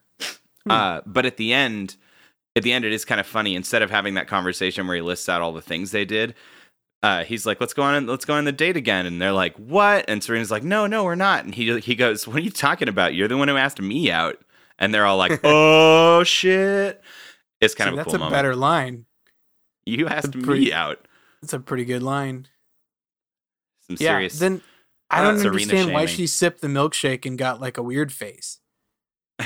Speaker 2: Hmm.
Speaker 1: Uh, but at the end, at the end, it is kind of funny. Instead of having that conversation where he lists out all the things they did, uh, he's like, "Let's go on, let's go on the date again." And they're like, "What?" And Serena's like, "No, no, we're not." And he he goes, "What are you talking about? You're the one who asked me out." And they're all like, "Oh shit!" It's kind of
Speaker 2: See,
Speaker 1: a
Speaker 2: that's
Speaker 1: cool
Speaker 2: a
Speaker 1: moment.
Speaker 2: better line.
Speaker 1: You asked
Speaker 2: pretty-
Speaker 1: me out.
Speaker 2: That's a pretty good line.
Speaker 1: Some
Speaker 2: yeah.
Speaker 1: serious.
Speaker 2: Then I
Speaker 1: Uh,
Speaker 2: don't
Speaker 1: Serena
Speaker 2: understand why
Speaker 1: shaming.
Speaker 2: she sipped the milkshake and got like a weird face.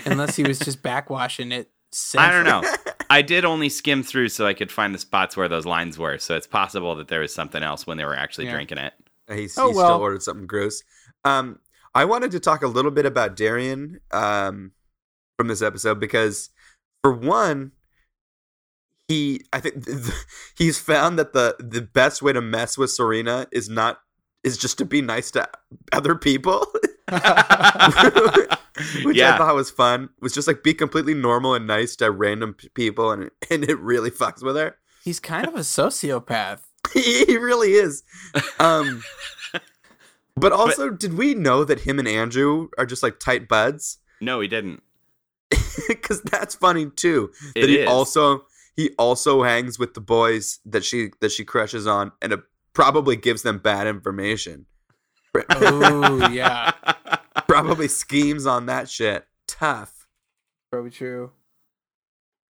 Speaker 2: Unless he was just backwashing it.
Speaker 1: I don't know.
Speaker 2: sinfully.
Speaker 1: I did only skim through so I could find the spots where those lines were. So it's possible that there was something else when they were actually
Speaker 2: Yeah.
Speaker 1: drinking it.
Speaker 3: He's,
Speaker 2: Oh,
Speaker 3: he
Speaker 2: well.
Speaker 3: still ordered something gross. Um, I wanted to talk a little bit about Darian um, from this episode because, for one, he I think th- th- he's found that the the best way to mess with Serena is not is just to be nice to other people, which I
Speaker 1: yeah.
Speaker 3: thought was fun. Was just like be completely normal and nice to random p- people, and and it really fucks with her.
Speaker 2: He's kind of a sociopath.
Speaker 3: he really is. Um, but also, did we know that him and Andrew are just like tight buds?
Speaker 1: No, he didn't.
Speaker 3: Because that's funny too.
Speaker 1: It
Speaker 3: that he
Speaker 1: is.
Speaker 3: also he also hangs with the boys that she that she crushes on, and it probably gives them bad information.
Speaker 2: Oh yeah.
Speaker 3: Probably schemes on that shit. Tough.
Speaker 2: Probably true.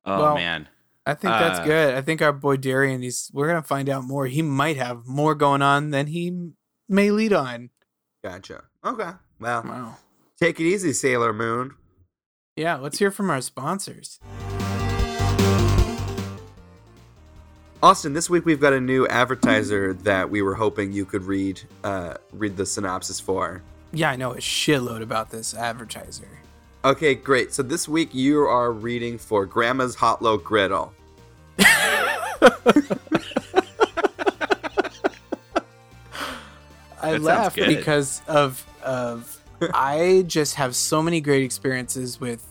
Speaker 1: Oh
Speaker 2: Well,
Speaker 1: man.
Speaker 2: I think that's
Speaker 1: Uh,
Speaker 2: good. I think our boy Darian, he's we're gonna find out more. He might have more going on than he m- may lead on.
Speaker 3: Gotcha. Okay. Well,
Speaker 2: Wow.
Speaker 3: take it easy, Sailor Moon.
Speaker 2: Yeah, let's hear from our sponsors.
Speaker 3: Austin, this week we've got a new advertiser that we were hoping you could read uh, read the synopsis for.
Speaker 2: Yeah, I know a shitload about this advertiser.
Speaker 3: Okay, great. So this week you are reading for Grandma's Hot Low Griddle.
Speaker 1: That
Speaker 2: I
Speaker 1: sounds
Speaker 2: laugh
Speaker 1: good.
Speaker 2: because of of I just have so many great experiences with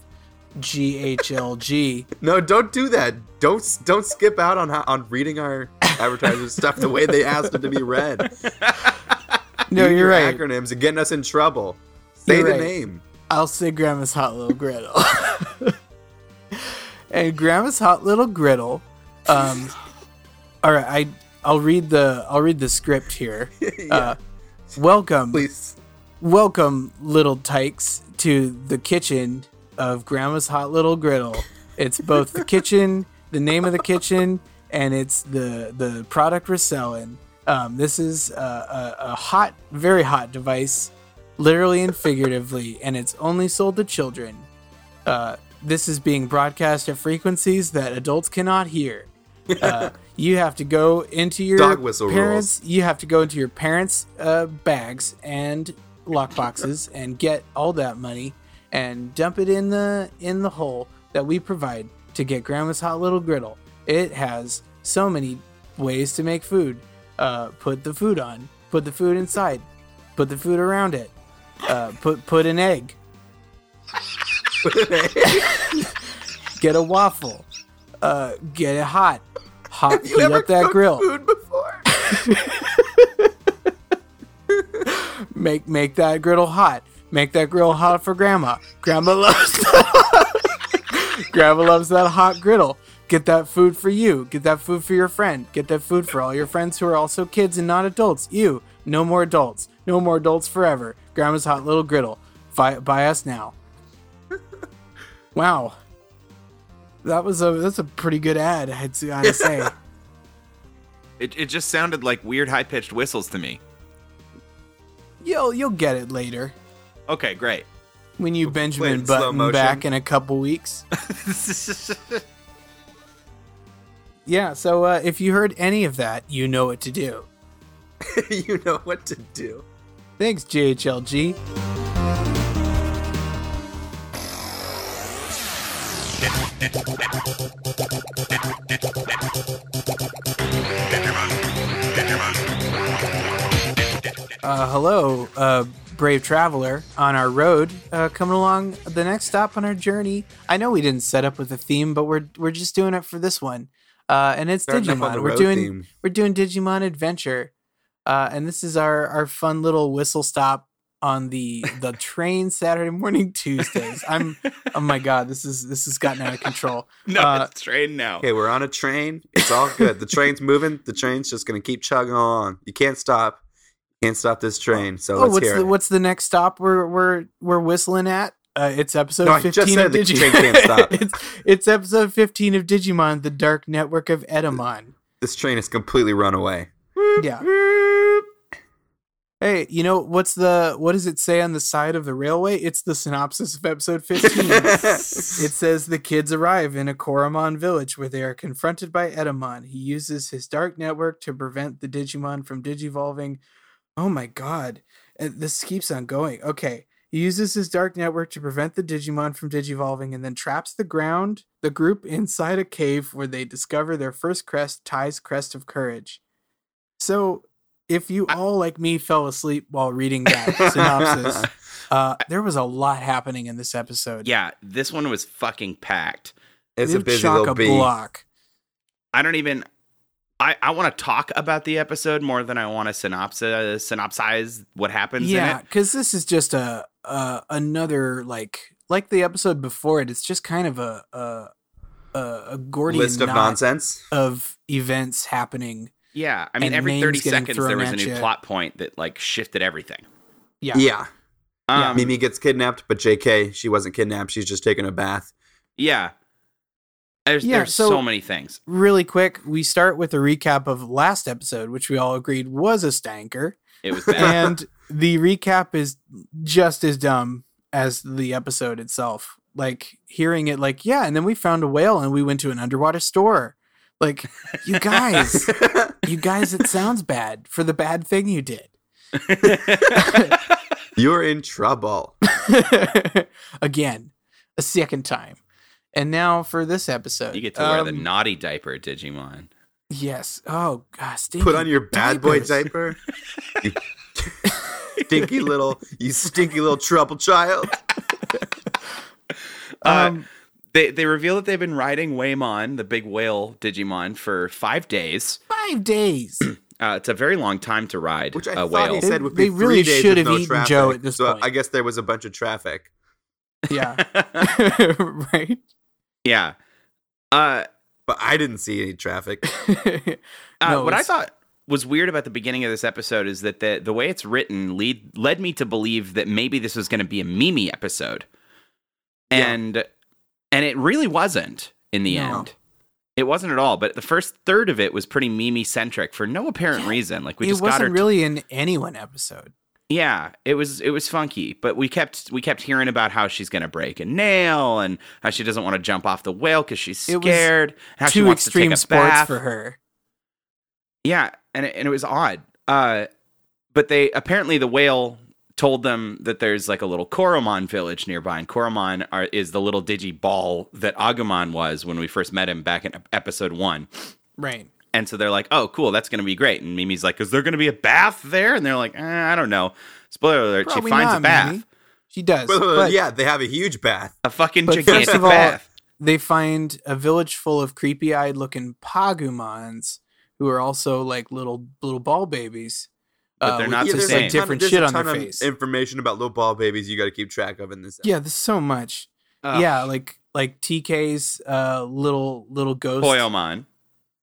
Speaker 2: GHLG.
Speaker 3: No, don't do that. Don't don't skip out on ho- on reading our advertisers stuff the way they asked it to be read.
Speaker 2: No,
Speaker 3: Your
Speaker 2: you're right.
Speaker 3: Acronyms are getting us in trouble. Say
Speaker 2: You're
Speaker 3: the
Speaker 2: right.
Speaker 3: name.
Speaker 2: I'll say Grandma's Hot Little Griddle. and Grandma's Hot Little Griddle. Um, all right, I I'll read the I'll read the script here. uh, welcome,
Speaker 3: Please.
Speaker 2: welcome, little tykes, to the kitchen of Grandma's Hot Little Griddle. It's both the kitchen, the name of the kitchen, and it's the the product we're selling. Um, this is a, a, a hot, very hot device, literally and figuratively, and it's only sold to children. Uh, this is being broadcast at frequencies that adults cannot hear. Uh, you have to go into your
Speaker 3: Dog whistle
Speaker 2: parents. You have to go into your parents' uh, bags and lockboxes and get all that money and dump it in the in the hole that we provide to get grandma's hot little griddle it has so many ways to make food uh, put the food on put the food inside put the food around it uh, put put an egg get a waffle uh, get it hot hot
Speaker 3: You
Speaker 2: heat
Speaker 3: ever
Speaker 2: up that
Speaker 3: cooked
Speaker 2: grill
Speaker 3: food before?
Speaker 2: make make that griddle hot. Make that griddle hot for grandma. Grandma loves grandma loves that hot griddle. Get that food for you. Get that food for your friend. Get that food for all your friends who are also kids and not adults. You no more adults. No more adults forever. Grandma's hot little griddle. Buy, buy us now. Wow, that was a that's a pretty good ad. I'd s- I'd say.
Speaker 1: It, it just sounded like weird high pitched whistles to me.
Speaker 2: You'll you'll get it later
Speaker 1: Okay, great.
Speaker 2: when you Benjamin
Speaker 3: in slow
Speaker 2: Button
Speaker 3: motion.
Speaker 2: back in a couple weeks. Yeah, so uh, if you heard any of that, you know what to do.
Speaker 3: you know what to do.
Speaker 2: Thanks, JHLG. Uh, hello, uh, brave traveler on our road, uh, coming along the next stop on our journey. I know we didn't set up with a theme, but we're we're just doing it for this one, uh, and it's
Speaker 3: Starting off on
Speaker 2: Digimon.
Speaker 3: the
Speaker 2: We're
Speaker 3: road
Speaker 2: doing
Speaker 3: theme.
Speaker 2: we're doing Digimon Adventure, uh, and this is our our fun little whistle stop on the the train Saturday morning Tuesdays. I'm oh my god, this is this has gotten out of control.
Speaker 1: No,
Speaker 2: Uh,
Speaker 1: it's train now.
Speaker 3: Okay, we're on a train. It's all good. the train's moving. The train's just gonna keep chugging along. You can't stop. Can't stop this train. So
Speaker 2: oh,
Speaker 3: let's
Speaker 2: what's
Speaker 3: hear
Speaker 2: the
Speaker 3: it.
Speaker 2: what's the next stop we're we're we're whistling at? Uh, it's episode
Speaker 3: No, I just
Speaker 2: fifteen of
Speaker 3: said the
Speaker 2: Digimon.
Speaker 3: train can't stop.
Speaker 2: it's, it's episode fifteen of Digimon: The Dark Network of Edamon.
Speaker 3: this train is completely run away.
Speaker 2: Yeah. Hey, you know what's the what does it say on the side of the railway? It's the synopsis of episode fifteen. It says the kids arrive in a Koromon village where they are confronted by Edamon. He uses his dark network to prevent the Digimon from digivolving. Oh my god. Uh, This keeps on going. Okay. He uses his dark network to prevent the Digimon from digivolving and then traps the ground, the group inside a cave where they discover their first crest, Ty's crest of courage. So, if you all like me fell asleep while reading that synopsis, uh, there was a lot happening in this episode.
Speaker 1: Yeah, this one was fucking packed.
Speaker 3: it's a
Speaker 2: Dude,
Speaker 3: busy
Speaker 2: chock
Speaker 3: little
Speaker 2: a
Speaker 3: bee.
Speaker 2: block.
Speaker 1: I don't even. I, I want to talk about the episode more than I want to synopsis, synopsize what happens in
Speaker 2: Yeah,
Speaker 1: it.
Speaker 2: because this is just a, a another like like the episode before it. It's just kind of a a, a, a Gordian
Speaker 3: List of
Speaker 2: knot
Speaker 3: nonsense.
Speaker 2: of events happening.
Speaker 1: Yeah, I mean,
Speaker 2: And
Speaker 1: every
Speaker 2: names
Speaker 1: 30
Speaker 2: getting
Speaker 1: seconds
Speaker 2: thrown
Speaker 1: there was a
Speaker 2: at
Speaker 1: new
Speaker 2: ya.
Speaker 1: plot point that like shifted everything.
Speaker 2: Yeah,
Speaker 3: Yeah.
Speaker 1: Um,
Speaker 3: Mimi gets kidnapped, but JK, she wasn't kidnapped. She's just taking a bath.
Speaker 1: Yeah. There's,
Speaker 2: Yeah,
Speaker 1: there's
Speaker 2: so-
Speaker 1: so, many things.
Speaker 2: Really quick, we start with a recap of last episode, which we all agreed was a stanker,
Speaker 1: It was bad.
Speaker 2: and the recap is just as dumb as the episode itself. Like hearing it, like yeah, and then we found a whale and we went to an underwater store. Like you guys. you guys, it sounds bad for the bad thing you did.
Speaker 3: You're in trouble.
Speaker 2: Again, a second time. And now for this episode.
Speaker 1: you get to wear the
Speaker 2: Um,
Speaker 1: naughty diaper, Digimon.
Speaker 2: Yes. Oh, God. stinky
Speaker 3: Put on your bad boy
Speaker 2: diapers.
Speaker 3: diaper. You stinky little, you stinky little trouble child.
Speaker 2: Um,
Speaker 1: Uh, They they reveal that they've been riding Waymon, the big whale Digimon, for five days.
Speaker 2: five days.
Speaker 1: Uh, it's a very long time to ride
Speaker 3: Which I
Speaker 1: a
Speaker 3: thought
Speaker 1: whale.
Speaker 3: he said would
Speaker 2: They- they
Speaker 3: be
Speaker 2: really
Speaker 3: three days
Speaker 2: should have
Speaker 3: with no
Speaker 2: eaten
Speaker 3: traffic.
Speaker 2: Joe at this
Speaker 3: so
Speaker 2: point.
Speaker 3: I guess there was a bunch of traffic.
Speaker 2: yeah. right?
Speaker 1: yeah. Uh,
Speaker 3: But I didn't see any traffic.
Speaker 1: uh,
Speaker 2: No,
Speaker 1: what I
Speaker 2: it's-
Speaker 1: thought was weird about the beginning of this episode is that the the way it's written lead led me to believe that maybe this was going to be a Mimi episode, and and it really wasn't in the
Speaker 2: No.
Speaker 1: end. It wasn't at all. But the first third of it was pretty Mimi centric for no apparent reason. Like we
Speaker 2: it
Speaker 1: just got her.
Speaker 2: wasn't
Speaker 1: to-
Speaker 2: really an anyone episode.
Speaker 1: Yeah, it was it was funky, but we kept we kept hearing about how she's gonna break a nail and how she doesn't want to jump off the whale because she's
Speaker 2: It was
Speaker 1: scared. how she
Speaker 2: Two
Speaker 1: wants to take
Speaker 2: extreme
Speaker 1: a
Speaker 2: sports
Speaker 1: bath.
Speaker 2: for her.
Speaker 1: Yeah, and it, and it was odd. Uh, but they apparently the whale told them that there's like a little Koromon village nearby, and Koromon are, is the little digi ball that Agumon was when we first met him back in episode one.
Speaker 2: Right.
Speaker 1: And so they're like, oh, cool, that's going to be great. And Mimi's like, is there going to be a bath there? And they're like, eh, I don't know. Spoiler alert, she
Speaker 2: Probably
Speaker 1: finds a
Speaker 2: not,
Speaker 1: bath,
Speaker 2: Mimi. She does.
Speaker 3: Well,
Speaker 2: But,
Speaker 3: uh, yeah, they have a huge bath.
Speaker 1: a fucking
Speaker 2: but
Speaker 1: gigantic
Speaker 2: first of all,
Speaker 1: bath.
Speaker 2: they find a village full of creepy-eyed looking Pagumons who are also like little little ball babies. uh,
Speaker 1: But they're
Speaker 2: with
Speaker 1: not the
Speaker 2: just,
Speaker 1: same.
Speaker 2: Like, different
Speaker 3: there's
Speaker 2: shit
Speaker 3: a
Speaker 2: on their
Speaker 3: ton of
Speaker 2: face.
Speaker 3: Information about little ball babies you got to keep track of in this.
Speaker 2: yeah, there's so much.
Speaker 1: Ugh.
Speaker 2: Yeah, like like TK's uh, little little ghost
Speaker 1: Koyomon.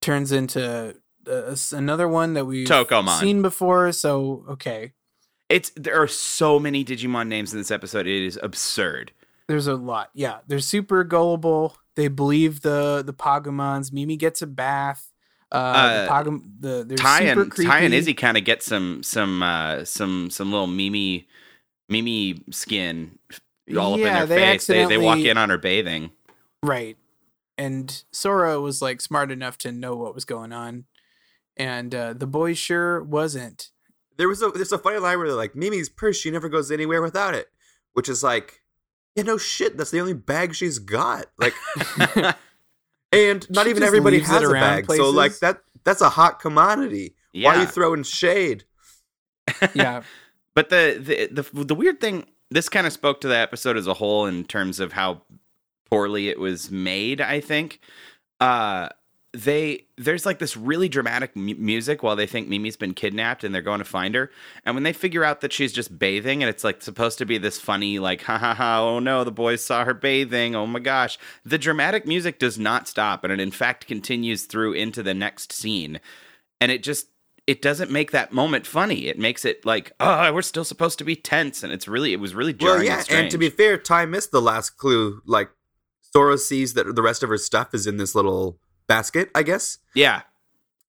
Speaker 2: turns into uh, s- another one that we've
Speaker 1: Tokomon.
Speaker 2: seen before. So okay,
Speaker 1: It's there are so many Digimon names in this episode. It is absurd.
Speaker 2: there's a lot. Yeah, they're super gullible. They believe the the Pagumons. Mimi gets a bath. Uh, the
Speaker 1: Uh,
Speaker 2: Pagum the they're
Speaker 1: Ty
Speaker 2: super
Speaker 1: and
Speaker 2: creepy.
Speaker 1: Ty and Izzy kind of get some some uh, some some little Mimi Mimi skin all
Speaker 2: Yeah,
Speaker 1: up in
Speaker 2: they
Speaker 1: their face. They, they walk
Speaker 2: accidentally-
Speaker 1: in on her bathing.
Speaker 2: right? And Sora was like smart enough to know what was going on, and uh, the boy sure wasn't.
Speaker 3: there was a there's a funny line where they're like Mimi's purse she never goes anywhere without it, which is like yeah no shit that's the only bag she's got like and not
Speaker 2: She
Speaker 3: even
Speaker 2: just
Speaker 3: everybody
Speaker 2: leaves it
Speaker 3: has a
Speaker 2: around
Speaker 3: bag so like
Speaker 2: places.
Speaker 3: that that's a hot commodity. Why are
Speaker 1: Yeah.
Speaker 3: you throwing shade?
Speaker 2: Yeah,
Speaker 1: But the the the, the weird thing this kind of spoke to the episode as a whole in terms of how poorly it was made. I think uh, they there's like this really dramatic mu- music while they think Mimi's been kidnapped and they're going to find her. And when they figure out that she's just bathing and it's like supposed to be this funny like ha ha ha oh no the boys saw her bathing oh my gosh the dramatic music does not stop and it in fact continues through into the next scene and it just it doesn't make that moment funny. It makes it like, oh, we're still supposed to be tense, and it's really, it was really jarring.
Speaker 3: well yeah, and to be fair, Ty missed the last clue. Like Sora sees that the rest of her stuff is in this little basket, I guess,
Speaker 1: yeah,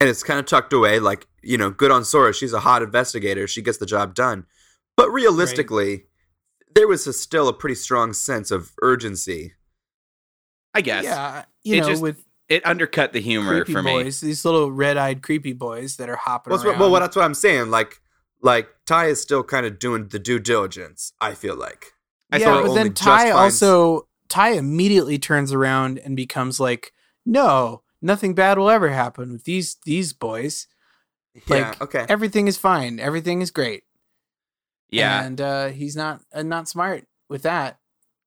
Speaker 3: and it's kind of tucked away. Like you know, good on Sora. She's a hot investigator. She gets the job done. But realistically. There was a, still a pretty strong sense of urgency
Speaker 1: I guess
Speaker 2: yeah. You
Speaker 1: It
Speaker 2: know,
Speaker 1: just-
Speaker 2: with
Speaker 1: it undercut the humor
Speaker 2: creepy
Speaker 1: for me.
Speaker 2: boys, these little red-eyed creepy boys that are hopping
Speaker 3: Well, that's what,
Speaker 2: around.
Speaker 3: well, what- that's what I'm saying. Like, like Ty is still kind of doing the due diligence. I feel like.
Speaker 1: I
Speaker 2: yeah,
Speaker 1: thought
Speaker 2: but
Speaker 3: only
Speaker 2: then
Speaker 3: just
Speaker 2: Ty
Speaker 3: finds-
Speaker 2: also Ty immediately turns around and becomes like, "No, nothing bad will ever happen with these these boys.
Speaker 3: Yeah.
Speaker 2: Like,
Speaker 3: okay.
Speaker 2: Everything is fine. Everything is great."
Speaker 1: Yeah.
Speaker 2: and uh, he's not uh, not smart with that.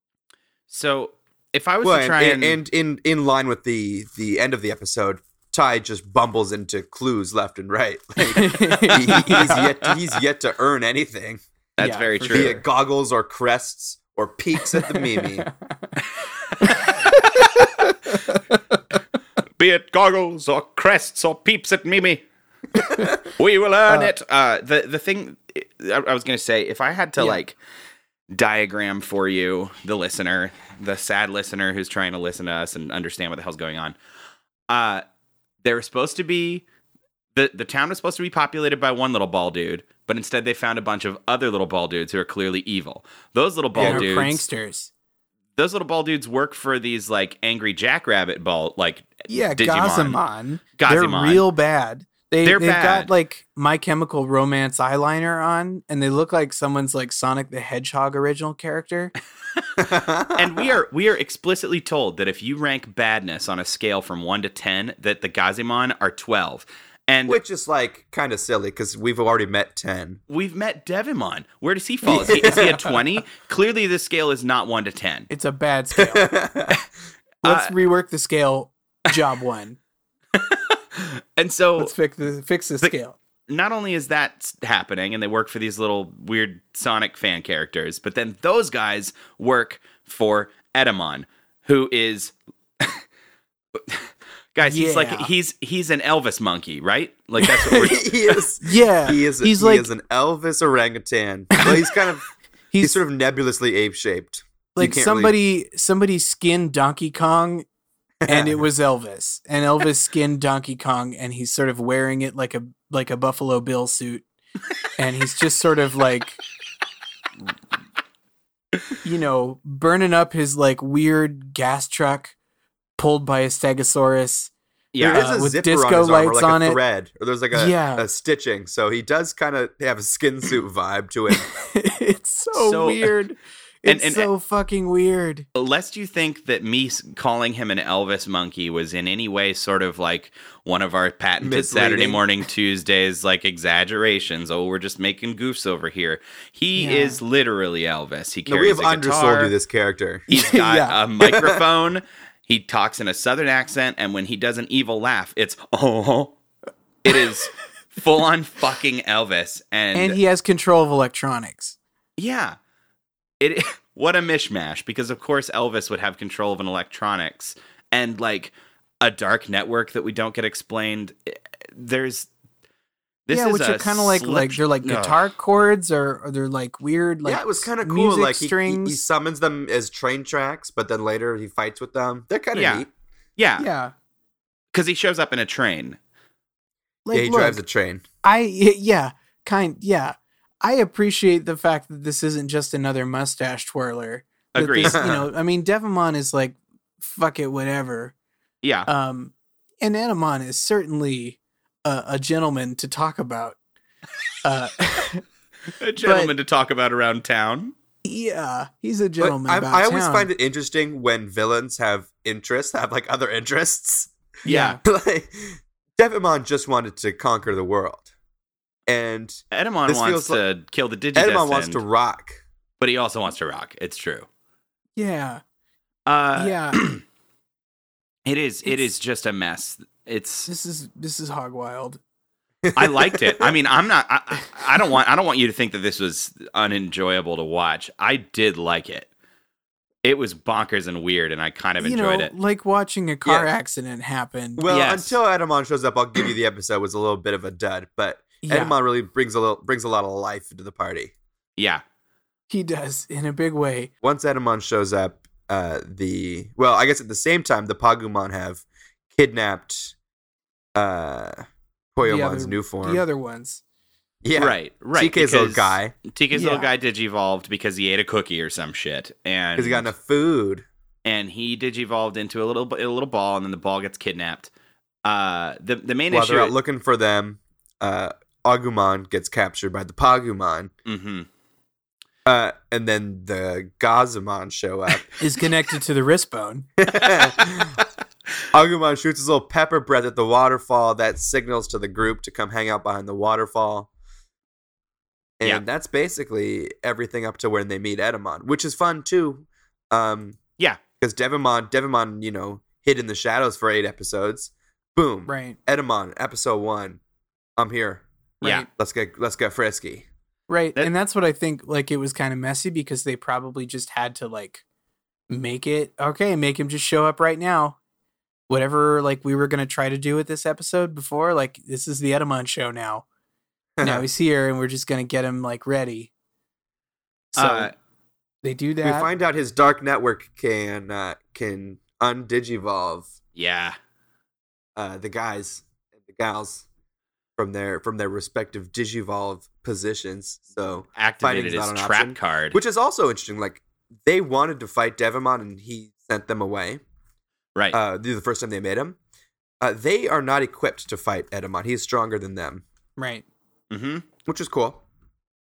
Speaker 1: so if I was
Speaker 3: Well,
Speaker 1: to
Speaker 3: and,
Speaker 1: try and,
Speaker 3: and, in in line with the the end of the episode, Ty just bumbles into clues left and right. Like, he, he's yet to, he's yet to earn anything,
Speaker 1: that's
Speaker 2: Yeah,
Speaker 1: very
Speaker 2: for
Speaker 1: true.
Speaker 3: be
Speaker 2: sure.
Speaker 3: it goggles or crests or peeks at the Mimi.
Speaker 1: Be it goggles or crests or peeps at Mimi, we will earn it. Uh, the the thing I, I was gonna say, if I had to
Speaker 2: Yeah.
Speaker 1: like diagram for you, the listener, the sad listener who's trying to listen to us and understand what the hell's going on, uh, they were supposed to be the the town was supposed to be populated by one little ball dude, but instead they found a bunch of other little ball dudes who are clearly evil. Those little ball
Speaker 2: They're
Speaker 1: dudes
Speaker 2: pranksters.
Speaker 1: those little ball dudes work for these like angry jackrabbit ball like
Speaker 2: Yeah,
Speaker 1: Digimon.
Speaker 2: Gazamon.
Speaker 1: Gazimon.
Speaker 2: They're real bad. They,
Speaker 1: They're
Speaker 2: they've
Speaker 1: bad.
Speaker 2: got like My Chemical Romance eyeliner on, and they look like someone's like Sonic the Hedgehog original character.
Speaker 1: and we are we are explicitly told that if you rank badness on a scale from 1 to 10 that the Gazimon are 12 and
Speaker 3: Which is like kind of silly because we've already met ten.
Speaker 1: we've met Devimon where does he fall is he, is he a 20 clearly the scale is not 1 to 10
Speaker 2: It's a bad scale. Let's rework the scale. Job one.
Speaker 1: and so
Speaker 2: Let's fix the fix the
Speaker 1: But-
Speaker 2: scale.
Speaker 1: not only is that s- happening and they work for these little weird Sonic fan characters, but then those guys work for Edamon, who is guys, he's like
Speaker 2: Yeah.
Speaker 1: he's he's an Elvis monkey, right? Like that's what we're
Speaker 3: he is.
Speaker 2: Yeah,
Speaker 3: He is.
Speaker 2: He's
Speaker 3: he
Speaker 2: like
Speaker 3: is an Elvis orangutan. Well, he's kind of.
Speaker 2: he's,
Speaker 3: he's sort of nebulously ape shaped.
Speaker 2: like
Speaker 3: can't really-
Speaker 2: somebody somebody skinned Donkey Kong, and it was Elvis, and Elvis skinned Donkey Kong, and he's sort of wearing it like a like a Buffalo Bill suit, and he's just sort of like, you know, burning up his like weird gas truck pulled by a Stegosaurus,
Speaker 1: Yeah.
Speaker 3: there is
Speaker 2: Uh,
Speaker 3: a
Speaker 2: with
Speaker 3: zipper
Speaker 2: disco
Speaker 3: on his arm, or
Speaker 2: lights
Speaker 3: like
Speaker 2: on
Speaker 3: a
Speaker 2: it.
Speaker 3: thread, or there's like a,
Speaker 2: Yeah.
Speaker 3: a stitching. So he does kind of have a skin suit vibe to it.
Speaker 2: it's so,
Speaker 1: So-
Speaker 2: weird.
Speaker 1: and-
Speaker 2: It's
Speaker 1: and-
Speaker 2: so fucking weird.
Speaker 1: Uh, lest you think that me s- calling him an Elvis monkey was in any way sort of like one of our patented Saturday
Speaker 3: Misleading.
Speaker 1: morning Tuesdays like exaggerations. Oh, we're just making goofs over here. He
Speaker 2: Yeah.
Speaker 1: is literally Elvis. He
Speaker 3: No,
Speaker 1: carries
Speaker 3: we have
Speaker 1: a guitar.
Speaker 3: undersold you this character.
Speaker 1: He's got
Speaker 2: Yeah.
Speaker 1: a microphone. he talks in a southern accent, and when he does an evil laugh, it's oh, it is full on fucking Elvis. And,
Speaker 2: And he has control of electronics.
Speaker 1: yeah. It what a mishmash because of course Elvis would have control of an electronics and like a dark network that we don't get explained. I- There's this
Speaker 2: yeah,
Speaker 1: is
Speaker 2: which
Speaker 1: a Oh.
Speaker 2: are kind of like
Speaker 1: slick-
Speaker 2: like they're like
Speaker 1: Ugh.
Speaker 2: guitar chords or, or they're like weird like
Speaker 3: yeah, it was kind of cool.
Speaker 2: music
Speaker 3: Like he, he,
Speaker 2: strings.
Speaker 3: he summons them as train tracks, but then later he fights with them. They're kind of
Speaker 1: Yeah.
Speaker 3: neat.
Speaker 1: Yeah,
Speaker 2: yeah,
Speaker 1: because he shows up in a train.
Speaker 2: like
Speaker 3: yeah, he
Speaker 2: look,
Speaker 3: drives a train.
Speaker 2: I yeah, kind yeah. I appreciate the fact that this isn't just another mustache twirler. That
Speaker 1: Agreed.
Speaker 2: this- you know, I mean, Devamon is like, fuck it, whatever.
Speaker 1: Yeah,
Speaker 2: Um, and Anamon is certainly a, a gentleman to talk about. Uh,
Speaker 1: a gentleman to talk about around town.
Speaker 2: yeah, he's a
Speaker 3: But
Speaker 2: gentleman.
Speaker 3: I,
Speaker 2: about
Speaker 3: I always
Speaker 2: town.
Speaker 3: find it interesting when villains have interests, have like other interests.
Speaker 1: Yeah,
Speaker 3: like Devimon just wanted to conquer the world, and
Speaker 1: Edamon
Speaker 3: This
Speaker 1: wants
Speaker 3: feels like-
Speaker 1: to kill the Digidestined,
Speaker 3: Edmon wants to rock.
Speaker 1: but he also wants to rock. It's true.
Speaker 2: Yeah,
Speaker 1: Uh,
Speaker 2: yeah.
Speaker 1: it is. It
Speaker 2: It's-
Speaker 1: is just a mess. It's
Speaker 2: this is this is hog wild.
Speaker 1: I liked it. I mean, I'm not. I, I- I don't want. I don't want you to think that this was unenjoyable to watch. I did like it. It was bonkers and weird, and I kind of
Speaker 2: you know,
Speaker 1: enjoyed it.
Speaker 2: like watching a car
Speaker 3: Yeah.
Speaker 2: accident happen.
Speaker 3: Well,
Speaker 1: Yes.
Speaker 3: until Edamon shows up, I'll give you the episode was a little bit of a dud, but
Speaker 2: yeah,
Speaker 3: Edamon really brings a little brings a lot of life into the party.
Speaker 1: Yeah,
Speaker 2: he does in a big way.
Speaker 3: Once Edamon shows up, uh, the well, I guess at the same time, the Pagumon have kidnapped uh, Koyomon's
Speaker 2: other-
Speaker 3: new form.
Speaker 2: The other ones.
Speaker 3: yeah,
Speaker 1: right, right.
Speaker 3: TK's little
Speaker 1: because
Speaker 3: guy
Speaker 1: TK's little
Speaker 2: Yeah.
Speaker 1: guy digivolved because he ate a cookie or some shit, and
Speaker 3: because he got enough food.
Speaker 1: and he digivolved into a little a little ball, and then the ball gets kidnapped. Uh, the the main
Speaker 3: While
Speaker 1: issue.
Speaker 3: they're out looking for them, uh, Agumon gets captured by the Pagumon,
Speaker 1: Mhm.
Speaker 3: uh, and then the Gazumon show up.
Speaker 2: Is connected to the wrist bone.
Speaker 3: Agumon shoots his little pepper breath at the waterfall that signals to the group to come hang out behind the waterfall. And
Speaker 1: Yeah.
Speaker 3: that's basically everything up to when they meet Edamon, which is fun too. Um,
Speaker 1: Yeah.
Speaker 3: Because Devimon, Devimon, you know, hid in the shadows for eight episodes. Boom.
Speaker 2: Right.
Speaker 3: Edamon, episode one. I'm here.
Speaker 1: Yeah,
Speaker 3: Let's get let's get frisky.
Speaker 2: Right.
Speaker 1: That-
Speaker 2: and that's what I think like it was kind of messy because they probably just had to like make it okay, make him just show up right now. Whatever like we were gonna try to do with this episode before, like this is the Edamon show now. now he's here and we're just gonna get him like ready. So
Speaker 1: Uh,
Speaker 2: they do
Speaker 3: we
Speaker 2: that.
Speaker 3: find out his dark network can uh, can undigivolve
Speaker 1: yeah.
Speaker 3: uh, the guys and the gals from their from their respective digivolve positions.
Speaker 1: Mm-hmm.
Speaker 3: So,
Speaker 1: Activated his
Speaker 3: not an
Speaker 1: trap
Speaker 3: option,
Speaker 1: card,
Speaker 3: which is also interesting. Like they wanted to fight Devimon, and he sent them away.
Speaker 1: right?
Speaker 3: Uh, the the first time they met him, uh, they are not equipped to fight Edamon. He's stronger than them,
Speaker 2: right.
Speaker 1: mm-hmm.
Speaker 3: which is cool.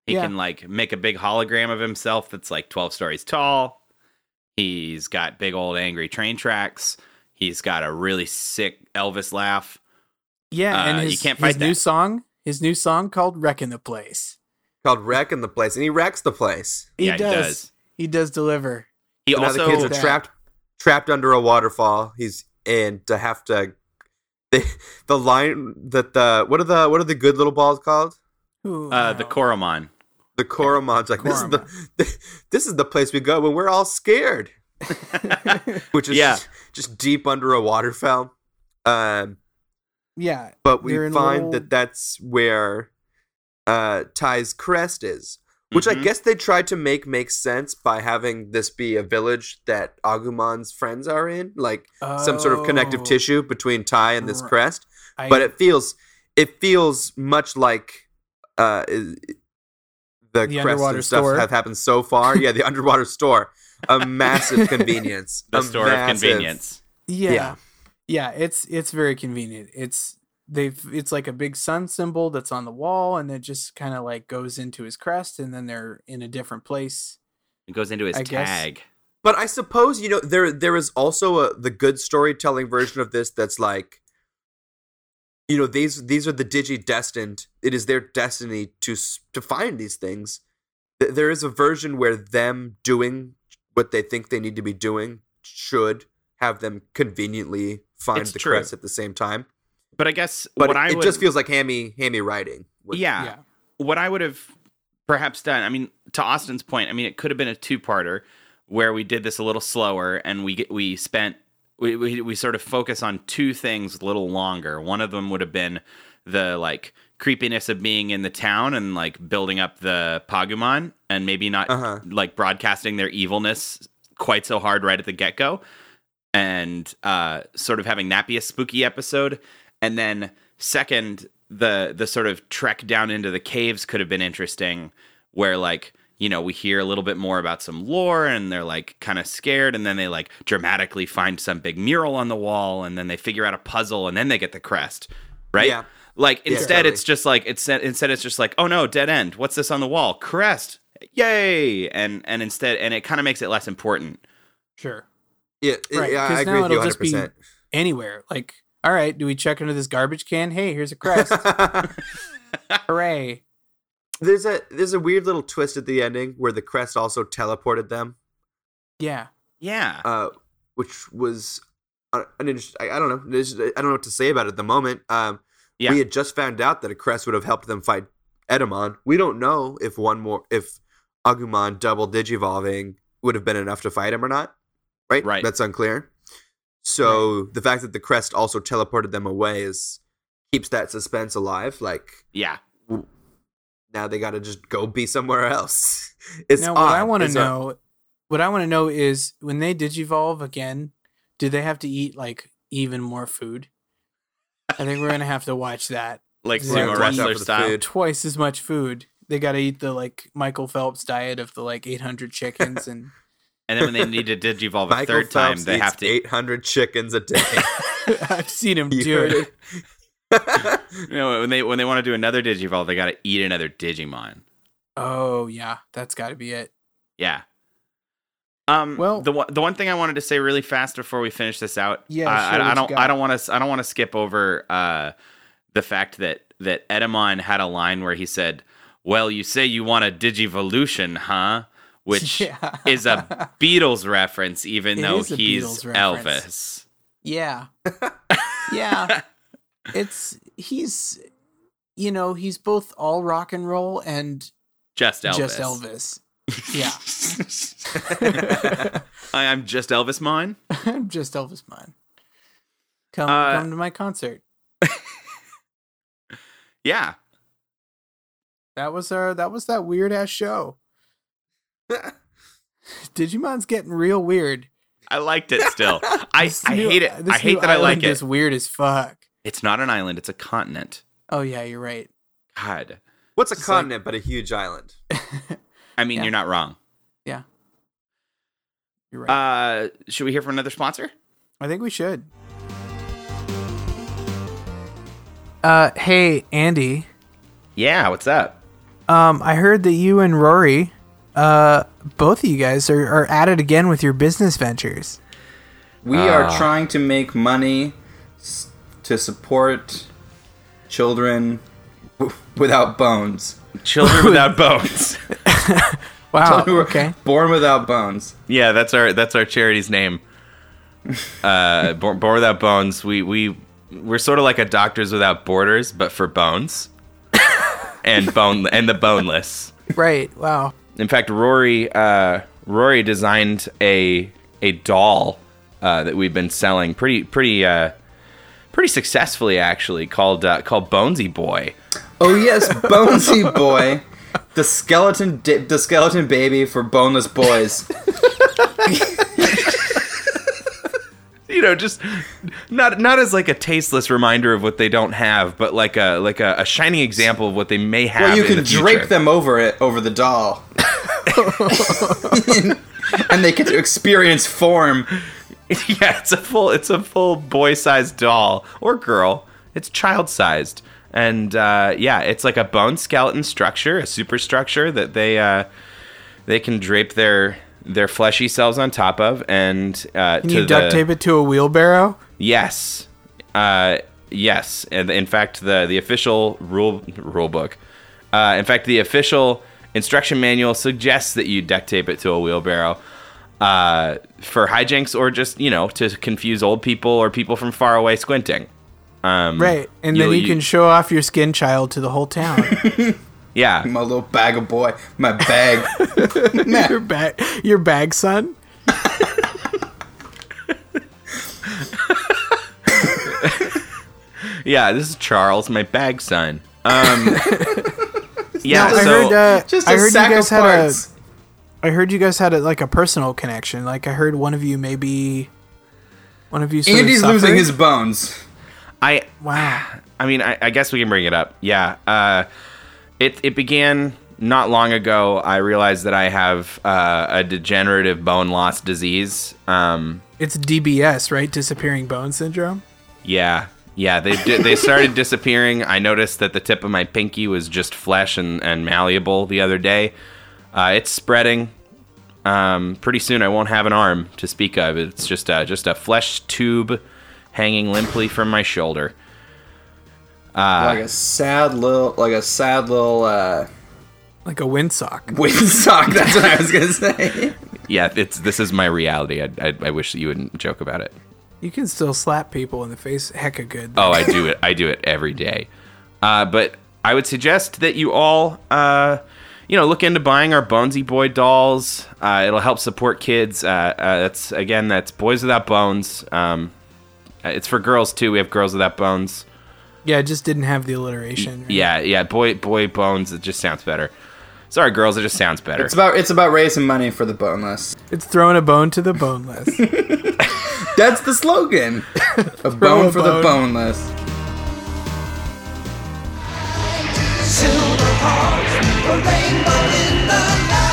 Speaker 1: He
Speaker 2: Yeah.
Speaker 1: can like make a big hologram of himself that's like 12 stories tall. He's got big old angry train tracks. He's got a really sick Elvis laugh.
Speaker 2: Yeah,
Speaker 1: Uh,
Speaker 2: and
Speaker 1: you
Speaker 2: his,
Speaker 1: can't
Speaker 2: his
Speaker 1: fight
Speaker 2: new
Speaker 1: that.
Speaker 2: song, his new song called Wrecking the Place.
Speaker 3: Called wrecking the place, and he wrecks the place.
Speaker 2: He
Speaker 1: Yeah, he
Speaker 2: does. He
Speaker 1: does.
Speaker 2: does. deliver.
Speaker 1: He
Speaker 3: So now the
Speaker 1: also
Speaker 3: kids are
Speaker 2: That.
Speaker 3: trapped trapped under a waterfall. He's and to have to. The, the line that the what are the what are the good little balls called?
Speaker 2: Ooh,
Speaker 1: uh, the
Speaker 2: wow.
Speaker 1: Koromon.
Speaker 3: The Koromon's like this is the this is the place we go when we're all scared, which is
Speaker 1: Yeah.
Speaker 3: just, just deep under a waterfall. Um,
Speaker 2: Yeah.
Speaker 3: but we
Speaker 2: They're in a
Speaker 3: find
Speaker 2: little-
Speaker 3: that that's where uh, Ty's crest is, which I
Speaker 2: Mm-hmm.
Speaker 1: Mhm.
Speaker 3: guess they tried to make make sense by having this be a village that Agumon's friends are in, like some sort of connective
Speaker 2: Oh,
Speaker 3: tissue between Ty and this
Speaker 2: Right.
Speaker 3: crest.
Speaker 2: I-
Speaker 3: but it feels it feels much like uh i- the, crest
Speaker 2: underwater
Speaker 3: and stuff
Speaker 2: store.
Speaker 3: have happened so far. Yeah, the underwater store, a massive convenience,
Speaker 1: The
Speaker 3: a
Speaker 1: store
Speaker 3: massive-
Speaker 1: of convenience.
Speaker 2: Yeah.
Speaker 3: yeah.
Speaker 2: Yeah, it's it's very convenient. It's they've it's like a big sun symbol that's on the wall, and it just kind of like goes into his crest, and then they're in a different place.
Speaker 1: It goes into his
Speaker 2: I guess.
Speaker 1: tag.
Speaker 3: But I suppose you know there there is also a, the good storytelling version of this that's like, you know these these are the digi destined. It is their destiny to s- to find these things. Th- There is a version where them doing what they think they need to be doing should have them conveniently find
Speaker 1: It's
Speaker 3: the
Speaker 1: true.
Speaker 3: crest at the same time.
Speaker 1: But I guess
Speaker 3: But
Speaker 1: what
Speaker 3: it,
Speaker 1: I
Speaker 3: it
Speaker 1: would,
Speaker 3: just feels like hammy hammy writing. with-
Speaker 1: yeah,
Speaker 2: Yeah.
Speaker 1: what I would have perhaps done. I mean, to Austin's point, I mean, it could have been a two-parter where we did this a little slower and we get, we spent we, we we sort of focus on two things a little longer. One of them would have been the like creepiness of being in the town and like building up the Pagumon and maybe not
Speaker 3: Uh-huh.
Speaker 1: like broadcasting their evilness quite so hard right at the get-go and uh, sort of having that be a spooky episode. And then second, the the sort of trek down into the caves could have been interesting, where like you know we hear a little bit more about some lore, and they're like kind of scared, and then they like dramatically find some big mural on the wall, and then they figure out a puzzle, and then they get the crest, right?
Speaker 3: Yeah.
Speaker 1: Like instead,
Speaker 3: totally.
Speaker 1: it's just like it's instead it's just like oh no, dead end. What's this on the wall? Crest, yay! And and instead, and it kind of makes it less important.
Speaker 2: Sure.
Speaker 3: yeah,
Speaker 2: Right,
Speaker 3: yeah, I
Speaker 2: 'cause
Speaker 3: agree
Speaker 2: now
Speaker 3: with you
Speaker 2: it'll just be-
Speaker 3: 100.
Speaker 2: Anywhere, like, all right, do we check into this garbage can? Hey, here's a crest.
Speaker 3: percent
Speaker 2: Hooray!
Speaker 3: There's a there's a weird little twist at the ending where the crest also teleported them,
Speaker 2: Yeah.
Speaker 1: Yeah.
Speaker 3: uh, which was uh, an interest. I, I don't know. There's, I don't know what to say about it at the moment. Um,
Speaker 1: Yeah.
Speaker 3: We had just found out that a crest would have helped them fight Edamon. We don't know if one more if Agumon double digivolving would have been enough to fight him or not. Right.
Speaker 1: Right.
Speaker 3: That's unclear. So the fact that the crest also teleported them away is keeps that suspense alive. Like
Speaker 1: Yeah.
Speaker 3: now they got to just go be somewhere else. It's
Speaker 2: now, what I
Speaker 3: odd.
Speaker 2: want to
Speaker 3: It's odd.
Speaker 2: know, what I want to know is when they digivolve again, do they have to eat like even more food? I think we're gonna have to watch that.
Speaker 1: Like
Speaker 2: Right.
Speaker 1: sumo
Speaker 2: Watch out
Speaker 1: wrestler
Speaker 3: for the
Speaker 1: style.
Speaker 3: food.
Speaker 2: Twice as much food. They gotta eat the like Michael Phelps diet of the like 800 chickens and
Speaker 1: And then when they need to digivolve a
Speaker 3: Michael
Speaker 1: third time,
Speaker 3: Phelps
Speaker 1: they
Speaker 3: eats
Speaker 1: have to.
Speaker 3: 800 chickens a day.
Speaker 2: I've seen him
Speaker 3: You
Speaker 2: do
Speaker 3: heard
Speaker 2: it.
Speaker 3: it.
Speaker 1: You know, when they when they want to do another digivolve, they got to eat another Digimon.
Speaker 2: Oh yeah, that's gotta be it.
Speaker 1: Yeah. Um, well,
Speaker 2: Well-
Speaker 1: the one the one thing I wanted to say really fast before we finish this out,
Speaker 2: Yeah,
Speaker 1: I, I,
Speaker 2: sure,
Speaker 1: I
Speaker 2: what you
Speaker 1: don't I
Speaker 2: got?
Speaker 1: don't want to I don't want to skip over uh, the fact that that Edamon had a line where he said, "Well, you say you want a digivolution, huh?" Which
Speaker 2: Yeah.
Speaker 1: is a Beatles reference, even
Speaker 2: It
Speaker 1: though
Speaker 2: is a
Speaker 1: he's
Speaker 2: Beatles
Speaker 1: Elvis.
Speaker 2: reference. Yeah. yeah. It's he's you know, he's both all rock and roll and
Speaker 1: Just Elvis.
Speaker 2: just Elvis. Yeah.
Speaker 1: I, I'm just Elvis mine.
Speaker 2: I'm just Elvis Mine. Come
Speaker 1: Uh,
Speaker 2: come to my concert.
Speaker 1: Yeah.
Speaker 2: That was our that was that weird ass show. Digimon's getting real weird.
Speaker 1: I liked it still. I,
Speaker 2: This
Speaker 1: I
Speaker 2: new-
Speaker 1: hate it.
Speaker 2: this
Speaker 1: I hate
Speaker 2: new
Speaker 1: that I like
Speaker 2: island
Speaker 1: it.
Speaker 2: Is weird as fuck.
Speaker 1: It's not an island, it's a continent.
Speaker 2: Oh yeah, you're right.
Speaker 1: God.
Speaker 3: What's a
Speaker 2: Just like-
Speaker 3: continent but a huge island?
Speaker 1: I mean,
Speaker 2: Yeah.
Speaker 1: you're not wrong.
Speaker 2: Yeah, you're right.
Speaker 1: Uh, should we hear from another sponsor?
Speaker 2: I think we should. Uh, hey Andy,
Speaker 1: Yeah, what's up?
Speaker 2: um, I heard that you and Rory, uh, both of you guys are, are at it again with your business ventures.
Speaker 3: We are trying to make money to support children without bones.
Speaker 1: Children without bones.
Speaker 2: Wow. Oh, Okay.
Speaker 3: Born without bones.
Speaker 1: Yeah, that's our that's our charity's name. Uh, Born, Born Without Bones. We we we're sort of like a Doctors Without Borders, but for bones and bone and the boneless.
Speaker 2: Right. Wow.
Speaker 1: In fact, Rory uh, Rory designed a a doll uh, that we've been selling pretty pretty uh, pretty successfully actually called uh, called Bonesy Boy.
Speaker 7: Oh yes, Bonesy Boy, the skeleton, di- the skeleton baby for boneless boys.
Speaker 1: You know, just not not as like a tasteless reminder of what they don't have, but like a like a, a shining example of what they may have.
Speaker 7: Well, you
Speaker 1: in
Speaker 7: can
Speaker 1: the future.
Speaker 7: drape them over it, over the doll, and they get to experience form
Speaker 1: yeah, it's a full it's a full boy sized doll or girl. It's child sized, and uh, yeah, it's like a bone skeleton structure, a superstructure that they uh, they can drape their their fleshy cells on top of, and uh,
Speaker 2: Can you duct tape it to a wheelbarrow?
Speaker 1: Yes, uh, yes, and in fact, the the official rule rule book, uh, in fact, the official instruction manual suggests that you duct tape it to a wheelbarrow uh, for hijinks or just you know to confuse old people or people from far away squinting. Um,
Speaker 2: Right. And
Speaker 1: you'll-
Speaker 2: then you, can show off your skin child to the whole town.
Speaker 1: yeah,
Speaker 7: My little bag of boy, my bag.
Speaker 2: your bag your bag son.
Speaker 1: yeah. This is Charles, my bag son. Um, yeah,
Speaker 2: Now, I
Speaker 1: so
Speaker 2: heard uh,
Speaker 7: Just a
Speaker 2: I heard
Speaker 7: sack
Speaker 2: you guys
Speaker 7: of
Speaker 2: had
Speaker 7: parts.
Speaker 2: a I heard you guys had a, like a personal connection. Like I heard one of you maybe one of you sort of
Speaker 7: Andy's losing
Speaker 2: suffered?
Speaker 7: his bones.
Speaker 1: I
Speaker 2: wow.
Speaker 1: I mean, I, I guess we can bring it up. Yeah. Uh, it it began not long ago. I realized that I have uh, a degenerative bone loss disease. Um,
Speaker 2: It's DBS, right? Disappearing bone syndrome.
Speaker 1: yeah, yeah. They di- they started disappearing. I noticed that the tip of my pinky was just flesh and and malleable the other day. Uh, it's spreading. Um, pretty soon, I won't have an arm to speak of. It's just a, just a flesh tube hanging limply from my shoulder.
Speaker 7: like a sad little, like a sad little uh,
Speaker 2: Like a windsock.
Speaker 7: windsock. That's what I was gonna say.
Speaker 1: Yeah, it's this is my reality. I, I, I wish that you wouldn't joke about it.
Speaker 2: You can still slap people in the face. Hecka good.
Speaker 1: Oh, I do it. I do it every day. Uh, but I would suggest that you all, uh, you know, look into buying our Bonesy Boy dolls. Uh, it'll help support kids. Uh, uh, that's again, that's Boys Without Bones. Um, uh, it's for girls too. We have Girls Without Bones.
Speaker 2: Yeah, it just didn't have the alliteration. right?
Speaker 1: Yeah, yeah. Boy, boy bones. It just sounds better. Sorry, girls. It just sounds better.
Speaker 7: It's about it's about raising money for the boneless.
Speaker 2: It's throwing a bone to the boneless.
Speaker 7: That's the slogan. a
Speaker 2: Throw
Speaker 7: bone
Speaker 2: a
Speaker 7: for the
Speaker 2: bone.
Speaker 7: boneless.
Speaker 5: Silver hearts, a rainbow in the night.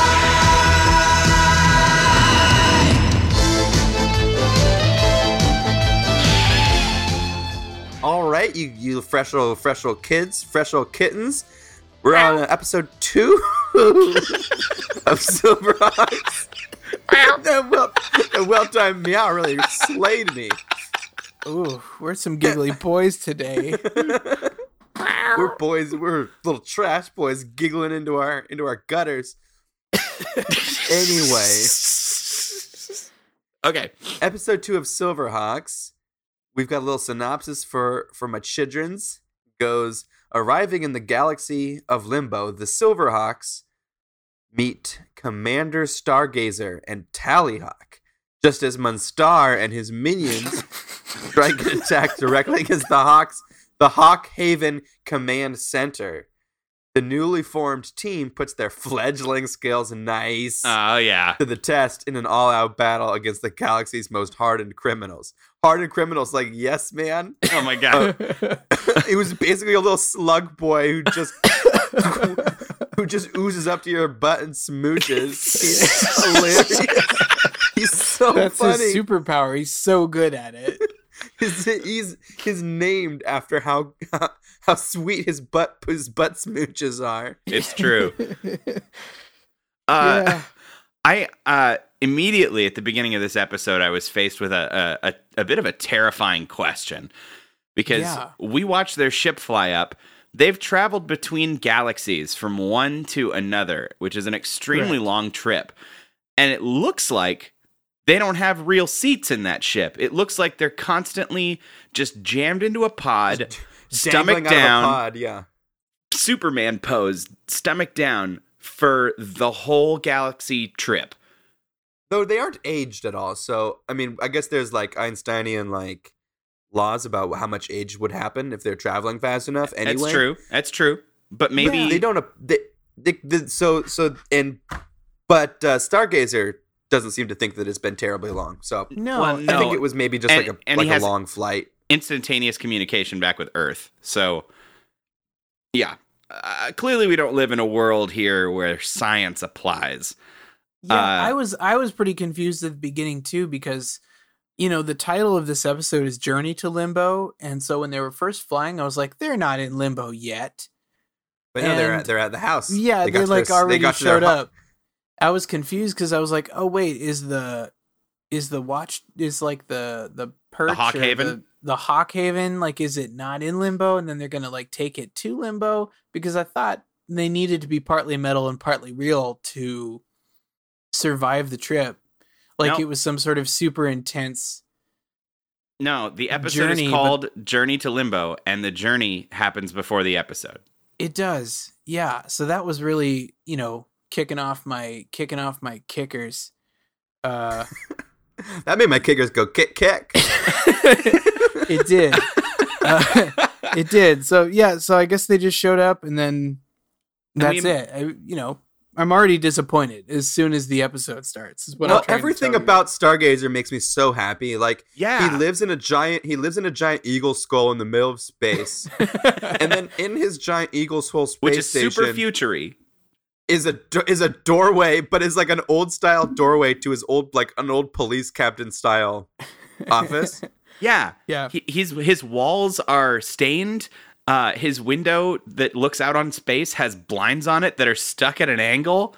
Speaker 3: All right, you you fresh little fresh little kids, fresh little kittens. We're on uh, episode two of Silver Hawks. that well, that well-timed meow really slayed me.
Speaker 2: Ooh, we're some giggly boys today.
Speaker 3: We're boys. We're little trash boys giggling into our into our gutters. anyway,
Speaker 1: okay.
Speaker 3: episode two of Silverhawks. We've got a little synopsis for for my childrens. Goes arriving in the galaxy of Limbo, the Silverhawks meet Commander Stargazer and Tallyhawk. Just as Munstar and his minions strike an attack directly against the Hawks, the Hawk Haven Command Center. The newly formed team puts their fledgling skills nice
Speaker 1: Oh yeah.
Speaker 3: to the test in an all-out battle against the galaxy's most hardened criminals. Hardened criminals, like yes, man.
Speaker 1: Oh my god.
Speaker 3: it was basically a little slug boy who just who just oozes up to your butt and smooches. He's hilarious. He's so
Speaker 2: That's
Speaker 3: funny.
Speaker 2: his superpower. He's so good at it.
Speaker 3: He's- he's he's named after how, how sweet his butt his butt smooches are.
Speaker 1: It's true. Uh,
Speaker 2: yeah.
Speaker 1: I uh, immediately at the beginning of this episode, I was faced with a a, a, a bit of a terrifying question because
Speaker 2: Yeah.
Speaker 1: we watched their ship fly up. They've traveled between galaxies from one to another, which is an extremely long trip, and it looks like they don't have real seats in that ship. It looks like they're constantly just jammed into a pod, stomach
Speaker 3: Dangling out of a
Speaker 1: down,
Speaker 3: pod, yeah.
Speaker 1: Superman pose, stomach down for the whole galaxy trip.
Speaker 3: though they aren't aged at all so i mean i guess there's like einsteinian like laws about how much age would happen if they're traveling fast enough anyway
Speaker 1: That's true. That's true. But
Speaker 3: But
Speaker 1: maybe
Speaker 3: they don't ap- they, they, they, so so and but uh, stargazer doesn't seem to think that it's been terribly long so
Speaker 2: No,
Speaker 1: Well,
Speaker 3: i
Speaker 1: no.
Speaker 3: think it was maybe just
Speaker 1: And-
Speaker 3: like a
Speaker 1: and he
Speaker 3: like a
Speaker 1: has-
Speaker 3: long flight
Speaker 1: instantaneous communication back with Earth. So, yeah. Uh, clearly, we don't live in a world here where science applies.
Speaker 2: yeah,
Speaker 1: uh,
Speaker 2: I was I was pretty confused at the beginning too because you know, the title of this episode is Journey to Limbo. And so when they were first flying, I was like, they're not in limbo yet.
Speaker 3: But no, they're
Speaker 2: And-
Speaker 3: at, they're at the house.
Speaker 2: Yeah, they,
Speaker 3: got to their-
Speaker 2: like already
Speaker 3: got to their
Speaker 2: showed
Speaker 3: hu-
Speaker 2: up. I was confused because I was like, oh wait, is the is the watch is like the the perch
Speaker 1: Hawk
Speaker 2: or
Speaker 1: Haven?
Speaker 2: the, the Hawk Haven like is it not in limbo and then they're gonna like take it to limbo because I thought they needed to be partly metal and partly real to survive the trip. Like
Speaker 1: No.
Speaker 2: it was some sort of super intense.
Speaker 1: No, the episode
Speaker 2: Journey,
Speaker 1: is
Speaker 2: but-
Speaker 1: called Journey to Limbo, and the journey happens before the episode.
Speaker 2: It does, yeah. So that was really you know kicking off my kicking off my kickers. Uh,
Speaker 3: That made my kickers go kick kick.
Speaker 2: it did. Uh, it did. So yeah. So I guess they just showed up, and then that's
Speaker 1: mean-
Speaker 2: it. I, you know, I'm already disappointed as soon as the episode starts. Is what
Speaker 3: well,
Speaker 2: I'm trying to
Speaker 3: everything
Speaker 2: tell you.
Speaker 3: about Stargazer makes me so happy. Like
Speaker 1: Yeah.
Speaker 3: he lives in a giant he lives in a giant eagle skull in the middle of space. and then in his giant eagle skull space
Speaker 1: Which is
Speaker 3: station
Speaker 1: super futury.
Speaker 3: is a do- is a doorway, but is like an old style doorway to his old like an old police captain style office.
Speaker 1: Yeah.
Speaker 2: Yeah.
Speaker 1: He, he's his walls are stained. Uh, his window that looks out on space has blinds on it that are stuck at an angle.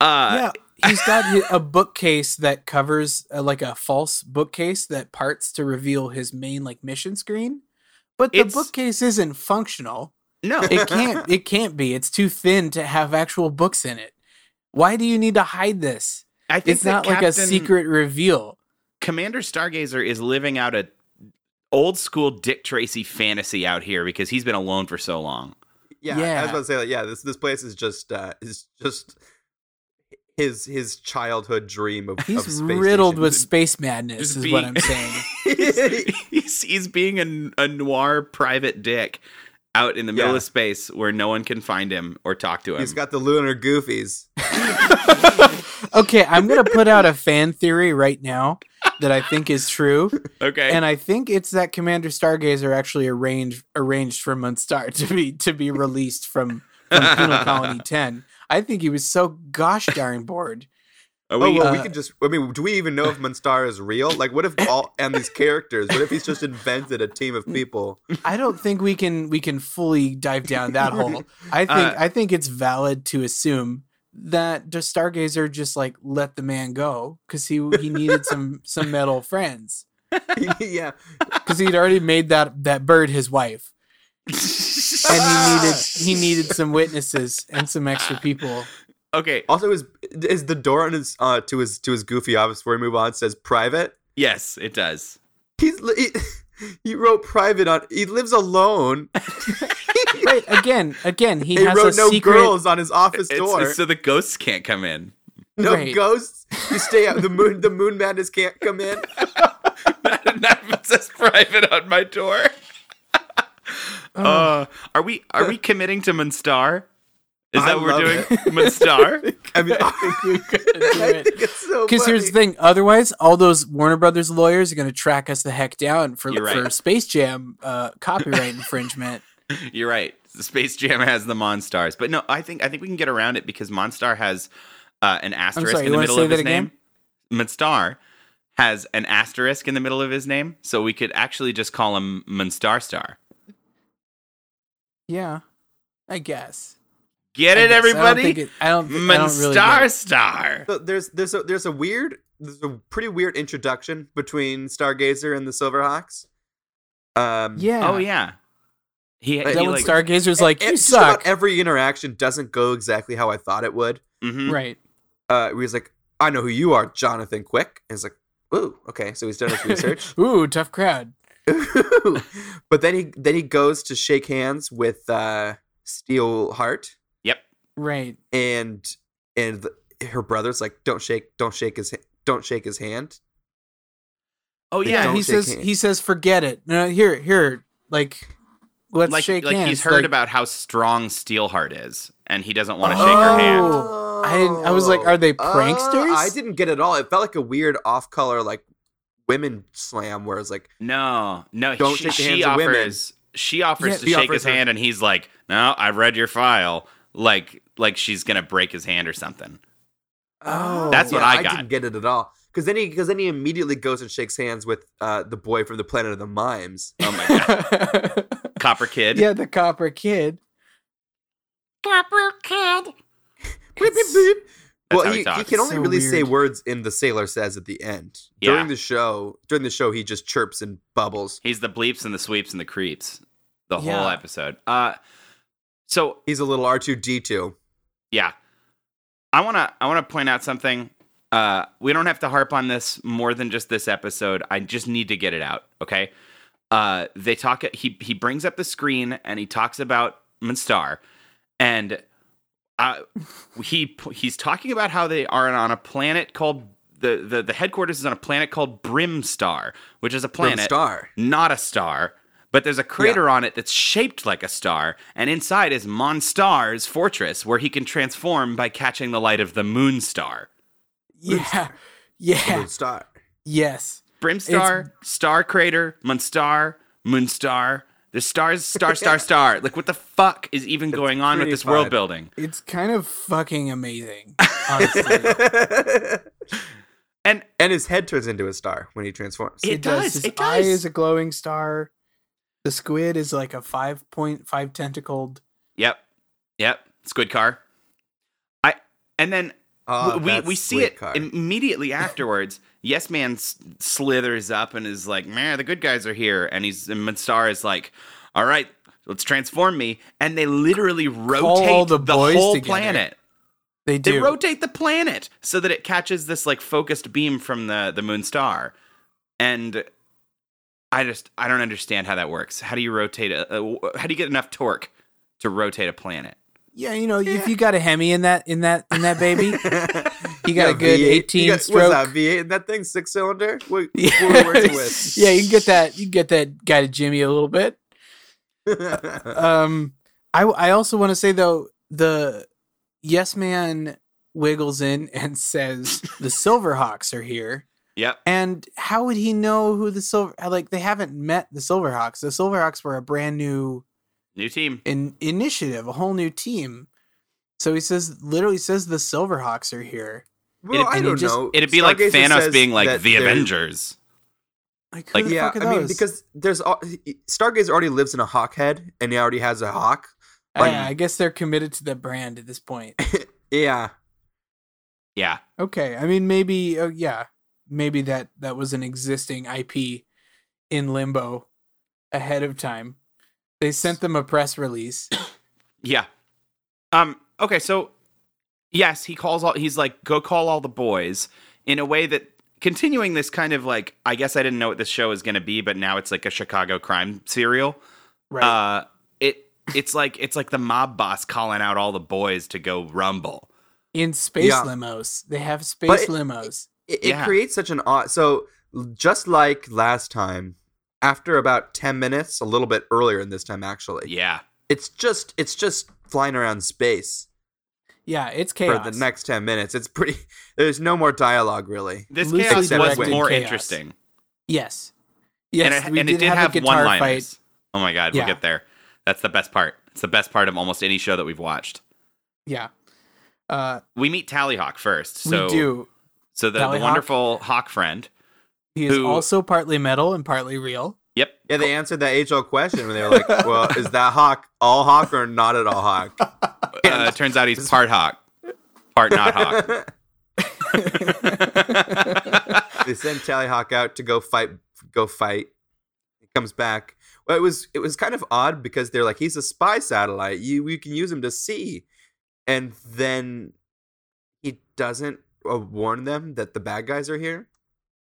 Speaker 1: Uh,
Speaker 2: yeah, he's got hi- a bookcase that covers uh, like a false bookcase that parts to reveal his main like mission screen, but the
Speaker 1: It's-
Speaker 2: bookcase isn't functional.
Speaker 1: No.
Speaker 2: It can't. it can't be. It's too thin to have actual books in it. Why do you need to hide this?
Speaker 1: I think
Speaker 2: It's
Speaker 1: that
Speaker 2: not like a
Speaker 1: Captain-
Speaker 2: secret reveal.
Speaker 1: Commander Stargazer is living out a old school Dick Tracy fantasy out here because he's been alone for so long.
Speaker 3: Yeah, I
Speaker 2: Yeah.
Speaker 3: was about to say like, yeah, this this place is just uh is just his his childhood dream of of
Speaker 2: He's
Speaker 3: space
Speaker 2: riddled
Speaker 3: station.
Speaker 2: with space madness,
Speaker 1: just
Speaker 2: is what
Speaker 1: being-
Speaker 2: I'm saying.
Speaker 1: he's, he's being a, a noir private dick out in the middle
Speaker 3: Yeah.
Speaker 1: of space where no one can find him or talk to him.
Speaker 3: He's got the lunar goofies.
Speaker 2: okay, I'm gonna put out a fan theory right now that I think is true,
Speaker 1: okay.
Speaker 2: and I think it's that Commander Stargazer actually arranged arranged for Munstar to be to be released from, from Penal Colony Ten. I think he was so gosh darn bored.
Speaker 1: Are
Speaker 3: oh
Speaker 1: we-
Speaker 3: well, we
Speaker 2: uh,
Speaker 3: could just. I mean, do we even know if Munstar is real? Like, what if all and these characters? What if he's just invented a team of people?
Speaker 2: I don't think we can we can fully dive down that hole. I think
Speaker 1: Uh,
Speaker 2: I think it's valid to assume that the stargazer just like let the man go because he he needed some some metal friends
Speaker 3: yeah,
Speaker 2: because he'd already made that that bird his wife and he needed he needed some witnesses and some extra people.
Speaker 1: okay.
Speaker 3: Also, is is the door on his uh, to his to his goofy office where we move on says private?
Speaker 1: Yes, it does.
Speaker 3: He's li- he, he wrote private on. He lives alone.
Speaker 2: Right again, again he
Speaker 3: He
Speaker 2: has
Speaker 3: wrote
Speaker 2: a
Speaker 3: no
Speaker 2: secret.
Speaker 3: girls on his office
Speaker 1: It's-
Speaker 3: door.
Speaker 1: it's so the ghosts can't come in.
Speaker 3: no
Speaker 2: Right.
Speaker 3: ghosts. You stay out. The moon. The moon madness can't come in.
Speaker 1: Not if it says private on my door.
Speaker 3: Oh.
Speaker 1: Uh, are we are we committing to Munstar? Is
Speaker 3: I
Speaker 1: that what we're
Speaker 3: love
Speaker 1: doing?
Speaker 3: it.
Speaker 1: Munstar?
Speaker 3: I mean, I think it's so.
Speaker 2: Because here's the
Speaker 3: funny.
Speaker 2: thing. Otherwise, all those Warner Brothers lawyers are going to track us the heck down for
Speaker 1: You're right.
Speaker 2: for Space Jam uh, copyright infringement.
Speaker 1: You're right. Space Jam has the Monstars, but no, I think I think we can get around it because Monstar has uh, an asterisk
Speaker 2: sorry,
Speaker 1: in
Speaker 2: you
Speaker 1: the
Speaker 2: wanna
Speaker 1: middle
Speaker 2: say
Speaker 1: of
Speaker 2: that
Speaker 1: his
Speaker 2: again?
Speaker 1: name. Monstar has an asterisk in the middle of his name, so we could actually just call him Monstar Star.
Speaker 2: Yeah, I guess.
Speaker 1: Get
Speaker 2: I
Speaker 1: it,
Speaker 2: guess.
Speaker 1: everybody?
Speaker 2: I don't, think it, I don't, I don't really.
Speaker 1: Monstar
Speaker 2: get it.
Speaker 1: Star.
Speaker 3: So there's there's a there's a weird there's a pretty weird introduction between Stargazer and the Silverhawks. Um,
Speaker 2: Yeah. Eh,
Speaker 1: Oh yeah. He,
Speaker 3: Is
Speaker 2: Is
Speaker 1: he,
Speaker 2: that when
Speaker 1: like-
Speaker 2: Stargazer's like,
Speaker 3: e-
Speaker 2: you
Speaker 3: just about
Speaker 2: suck.
Speaker 3: every interaction doesn't go exactly how I thought it would.
Speaker 1: Mhm.
Speaker 2: Right.
Speaker 3: Uh, he's like, "I know who you are, Jonathan Quick." And it's like, "Ooh, okay." So he's done his research.
Speaker 2: Ooh, tough crowd.
Speaker 3: but then he then he goes to shake hands with uh, Steelheart,
Speaker 1: Yep.
Speaker 2: Right.
Speaker 3: and and the, her brother's like, "Don't shake, don't shake his, ha- don't shake his hand."
Speaker 1: Oh
Speaker 3: They
Speaker 1: yeah.
Speaker 3: don't
Speaker 2: he
Speaker 3: shake
Speaker 2: says
Speaker 3: hands.
Speaker 2: he says forget it. No, here, here, like let's
Speaker 1: like
Speaker 2: shake
Speaker 1: like
Speaker 2: hands.
Speaker 1: he's heard
Speaker 2: Like,
Speaker 1: about how strong Steelheart is, and he doesn't want to shake her hand.
Speaker 2: Oh, I didn't- I was like, are they
Speaker 3: Oh, uh,
Speaker 2: pranksters?
Speaker 3: I didn't get it all. It felt like a weird off-color like women slam where it's like,
Speaker 1: No, no.
Speaker 3: Don't
Speaker 1: she,
Speaker 3: shake the
Speaker 1: she
Speaker 3: hands of women.
Speaker 1: offers. She offers
Speaker 2: Yeah,
Speaker 1: to
Speaker 3: she
Speaker 1: shake
Speaker 3: offers
Speaker 1: his
Speaker 3: her-
Speaker 1: hand, and he's like, "No, I read your file." Like, like she's gonna break his hand or something.
Speaker 2: Oh.
Speaker 1: That's what
Speaker 3: "Ah." Yeah,
Speaker 1: I
Speaker 3: I
Speaker 1: got.
Speaker 3: didn't get it at all. because then he because then he immediately goes and shakes hands with uh, the boy from the Planet of the Mimes.
Speaker 1: Oh my god, Copper Kid.
Speaker 2: yeah, the copper kid.
Speaker 3: Beep, beep, beep.
Speaker 1: That's how
Speaker 3: well,
Speaker 1: he
Speaker 3: he, he
Speaker 1: talks.
Speaker 3: can only
Speaker 2: So
Speaker 3: really say
Speaker 2: weird.
Speaker 3: words in the sailor says at the end.
Speaker 1: Yeah.
Speaker 3: During the show, during the show, he just chirps and bubbles.
Speaker 1: He's the bleeps and the sweeps and the creeps. The whole
Speaker 2: Yeah.
Speaker 1: episode. Uh, so
Speaker 3: He's a little R two D two.
Speaker 1: yeah, I wanna I wanna point out something. Uh, we don't have to harp on this more than just this episode. I just need to get it out. Okay. Uh, they talk. He he brings up the screen and he talks about Monstar, and uh, he he's talking about how they are on a planet called the, the the headquarters is on a planet called Brimstar, which is a planet
Speaker 3: star.
Speaker 1: not a star, but there's a crater on it that's shaped like a star, and inside is Monstar's fortress where he can transform by catching the light of the moon star.
Speaker 2: Yeah. Yeah.
Speaker 3: Moon star.
Speaker 2: Yes.
Speaker 1: Brimstar, star crater, Monstar, moonstar. The stars, star, star, star. Like, what the fuck is even going on with
Speaker 3: pretty
Speaker 1: this world
Speaker 3: fun.
Speaker 1: building?
Speaker 2: It's kind of fucking amazing. Honestly.
Speaker 1: And
Speaker 3: And his head turns into a star when he transforms.
Speaker 1: It does,
Speaker 2: His
Speaker 1: it
Speaker 2: eye
Speaker 1: does.
Speaker 2: is a glowing star. The squid is like a five point five tentacled.
Speaker 1: yep, yep, squid car. I and then
Speaker 3: Ah,
Speaker 1: we we-
Speaker 3: that's
Speaker 1: we see
Speaker 3: sweet
Speaker 1: it
Speaker 3: car.
Speaker 1: immediately afterwards. yes Man s- slithers up and is like, "Man, the good guys are here," and he's and Monstar is like, "All right, let's transform me." And they literally
Speaker 2: all
Speaker 1: rotate the,
Speaker 2: the boys
Speaker 1: whole
Speaker 2: together.
Speaker 1: planet.
Speaker 2: They
Speaker 1: They
Speaker 2: do.
Speaker 1: rotate the planet so that it catches this like focused beam from the the moon star, and I just I don't understand how that works. How do you rotate a, a- how do you get enough torque to rotate a planet?
Speaker 2: yeah, you know, if you got a Hemi in that in that in that baby, you got a good
Speaker 3: V8. You
Speaker 2: eighteen
Speaker 3: got-
Speaker 2: stroke.
Speaker 3: What's that V8? And that thing's six cylinder. What, what are we working with?
Speaker 2: yeah, you can get that. You can get that guy to Jimmy a little bit. um, I I also want to say though the Yes Man wiggles in and says the Silverhawks are here.
Speaker 1: Yep.
Speaker 2: And how would he know who the silver? Like they haven't met the Silverhawks. The Silverhawks were a brand new
Speaker 1: New team.
Speaker 2: in- initiative, a whole new team. So he says, literally says the Silverhawks are here.
Speaker 3: Well,
Speaker 1: It'd-
Speaker 3: I
Speaker 2: and
Speaker 3: don't
Speaker 2: he just-
Speaker 3: know.
Speaker 1: It'd be like
Speaker 3: Stargazer
Speaker 1: Thanos
Speaker 3: says
Speaker 1: being like
Speaker 3: that
Speaker 1: the
Speaker 3: they're-
Speaker 1: Avengers.
Speaker 2: Like, who
Speaker 1: Like,
Speaker 2: the
Speaker 3: Yeah,
Speaker 2: fuck are
Speaker 3: I mean,
Speaker 2: those?
Speaker 3: because there's all, Stargazer already lives in a hawk head, and he already has a hawk.
Speaker 2: Uh,
Speaker 3: like-
Speaker 2: I guess they're committed to the brand at this point.
Speaker 3: Yeah,
Speaker 1: Yeah.
Speaker 2: okay, I mean, maybe, oh yeah, maybe that that was an existing IP in limbo ahead of time. They sent them a press release.
Speaker 1: Yeah. Um, okay, so yes, he calls all he's like, go call all the boys in a way that continuing this kind of like I guess I didn't know what this show is gonna be, but now it's like a Chicago crime serial.
Speaker 2: Right.
Speaker 1: Uh it it's like it's like the mob boss calling out all the boys to go rumble.
Speaker 2: in space
Speaker 3: yeah.
Speaker 2: limos. They have
Speaker 3: But
Speaker 2: space
Speaker 3: it-
Speaker 2: limos.
Speaker 3: it,
Speaker 1: Yeah.
Speaker 3: it creates such an odd. So just like last time, after about ten minutes, a little bit earlier in this time actually,
Speaker 1: Yeah.
Speaker 3: it's just it's just flying around space
Speaker 2: Yeah, it's chaos.
Speaker 3: for the next ten minutes. It's pretty. There's no more dialogue really.
Speaker 1: This
Speaker 2: Loosely
Speaker 1: chaos was
Speaker 3: directed
Speaker 1: more
Speaker 2: chaos.
Speaker 1: interesting.
Speaker 2: Yes. Yes,
Speaker 1: and it,
Speaker 2: we
Speaker 1: and
Speaker 2: did,
Speaker 1: it did
Speaker 2: have,
Speaker 1: have,
Speaker 2: a guitar
Speaker 1: one
Speaker 2: fight.
Speaker 1: liners. Oh my god,
Speaker 2: Yeah.
Speaker 1: we'll get there. That's the best part. It's the best part of almost any show that we've watched.
Speaker 2: Yeah. Uh,
Speaker 1: We meet Tallyhawk first. So
Speaker 2: we do.
Speaker 1: So the, the
Speaker 2: Tally Hawk?
Speaker 1: wonderful hawk friend.
Speaker 2: He is
Speaker 1: who-
Speaker 2: also partly metal and partly real.
Speaker 1: Yep.
Speaker 3: Yeah, they answered that age old question when they were like, "Well, is that hawk all hawk or not at all hawk?"
Speaker 1: Uh, turns out he's part hawk, part not hawk.
Speaker 3: they send Tallyhawk out to go fight. Go fight. He comes back. Well, it was it was kind of odd because they're like, he's a spy satellite. You we can use him to see, and then he doesn't uh, warn them that the bad guys are here.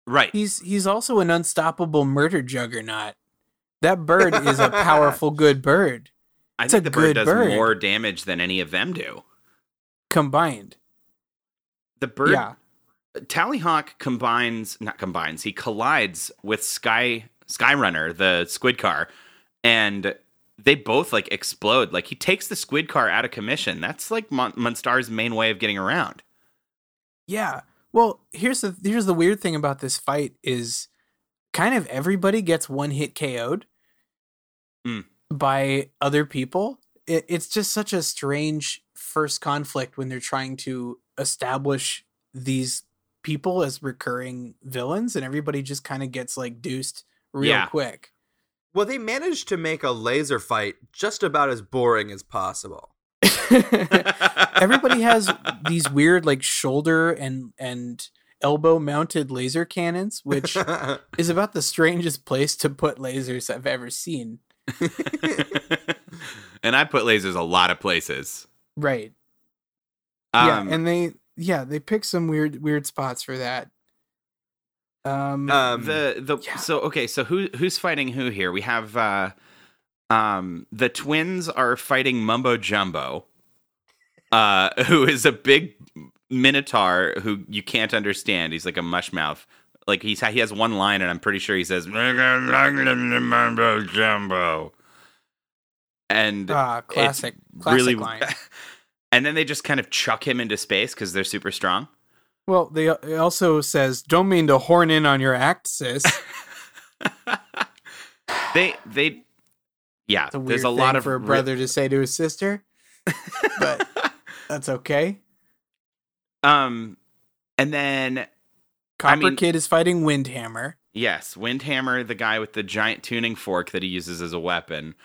Speaker 1: right.
Speaker 2: He's he's also an unstoppable murder juggernaut. That bird is a powerful good bird
Speaker 1: I
Speaker 2: it's a
Speaker 1: think the bird
Speaker 2: good
Speaker 1: does
Speaker 2: bird.
Speaker 1: more damage than any of them do.
Speaker 2: combined.
Speaker 1: The bird
Speaker 2: Yeah.
Speaker 1: Tallyhawk combines not combines, he collides with Sky Skyrunner, the squid car, and they both like explode. Like he takes the squid car out of commission. That's like Mon- Monstar's main way of getting around.
Speaker 2: Yeah. Well, here's the here's the weird thing about this fight is kind of everybody gets one hit KO'd
Speaker 1: Mm.
Speaker 2: by other people. It, it's just such a strange first conflict when they're trying to establish these people as recurring villains, and everybody just kind of gets like deuced real
Speaker 1: Yeah.
Speaker 2: quick.
Speaker 3: Well, they managed to make a laser fight just about as boring as possible.
Speaker 2: everybody has these weird like shoulder and and elbow mounted laser cannons, which is about the strangest place to put lasers I've ever seen.
Speaker 1: and I put lasers a lot of places.
Speaker 2: Right.
Speaker 1: Um,
Speaker 2: yeah, and they yeah, they pick some weird weird spots for that. Um,
Speaker 3: um,
Speaker 1: the the
Speaker 2: yeah.
Speaker 1: so okay so who who's fighting who here? We have uh, um the twins are fighting Mumbo Jumbo, uh, who is a big minotaur who you can't understand. He's like a mush mouth. Like he's he has one line, and I'm pretty sure he says Mumbo Jumbo. And
Speaker 2: ah,
Speaker 1: it's
Speaker 2: classic classic
Speaker 1: really
Speaker 2: line.
Speaker 1: and then they just kind of chuck him into space because they're super strong.
Speaker 2: Well, they it also says don't mean to horn in on your act, sis.
Speaker 1: They they yeah.
Speaker 2: It's a weird
Speaker 1: there's a lot of
Speaker 2: for a
Speaker 1: re-
Speaker 2: brother to say to his sister, but that's okay.
Speaker 1: um, and then
Speaker 2: Copper
Speaker 1: mean-
Speaker 2: Kid is fighting Windhammer.
Speaker 1: yes, Windhammer, the guy with the giant tuning fork that he uses as a weapon.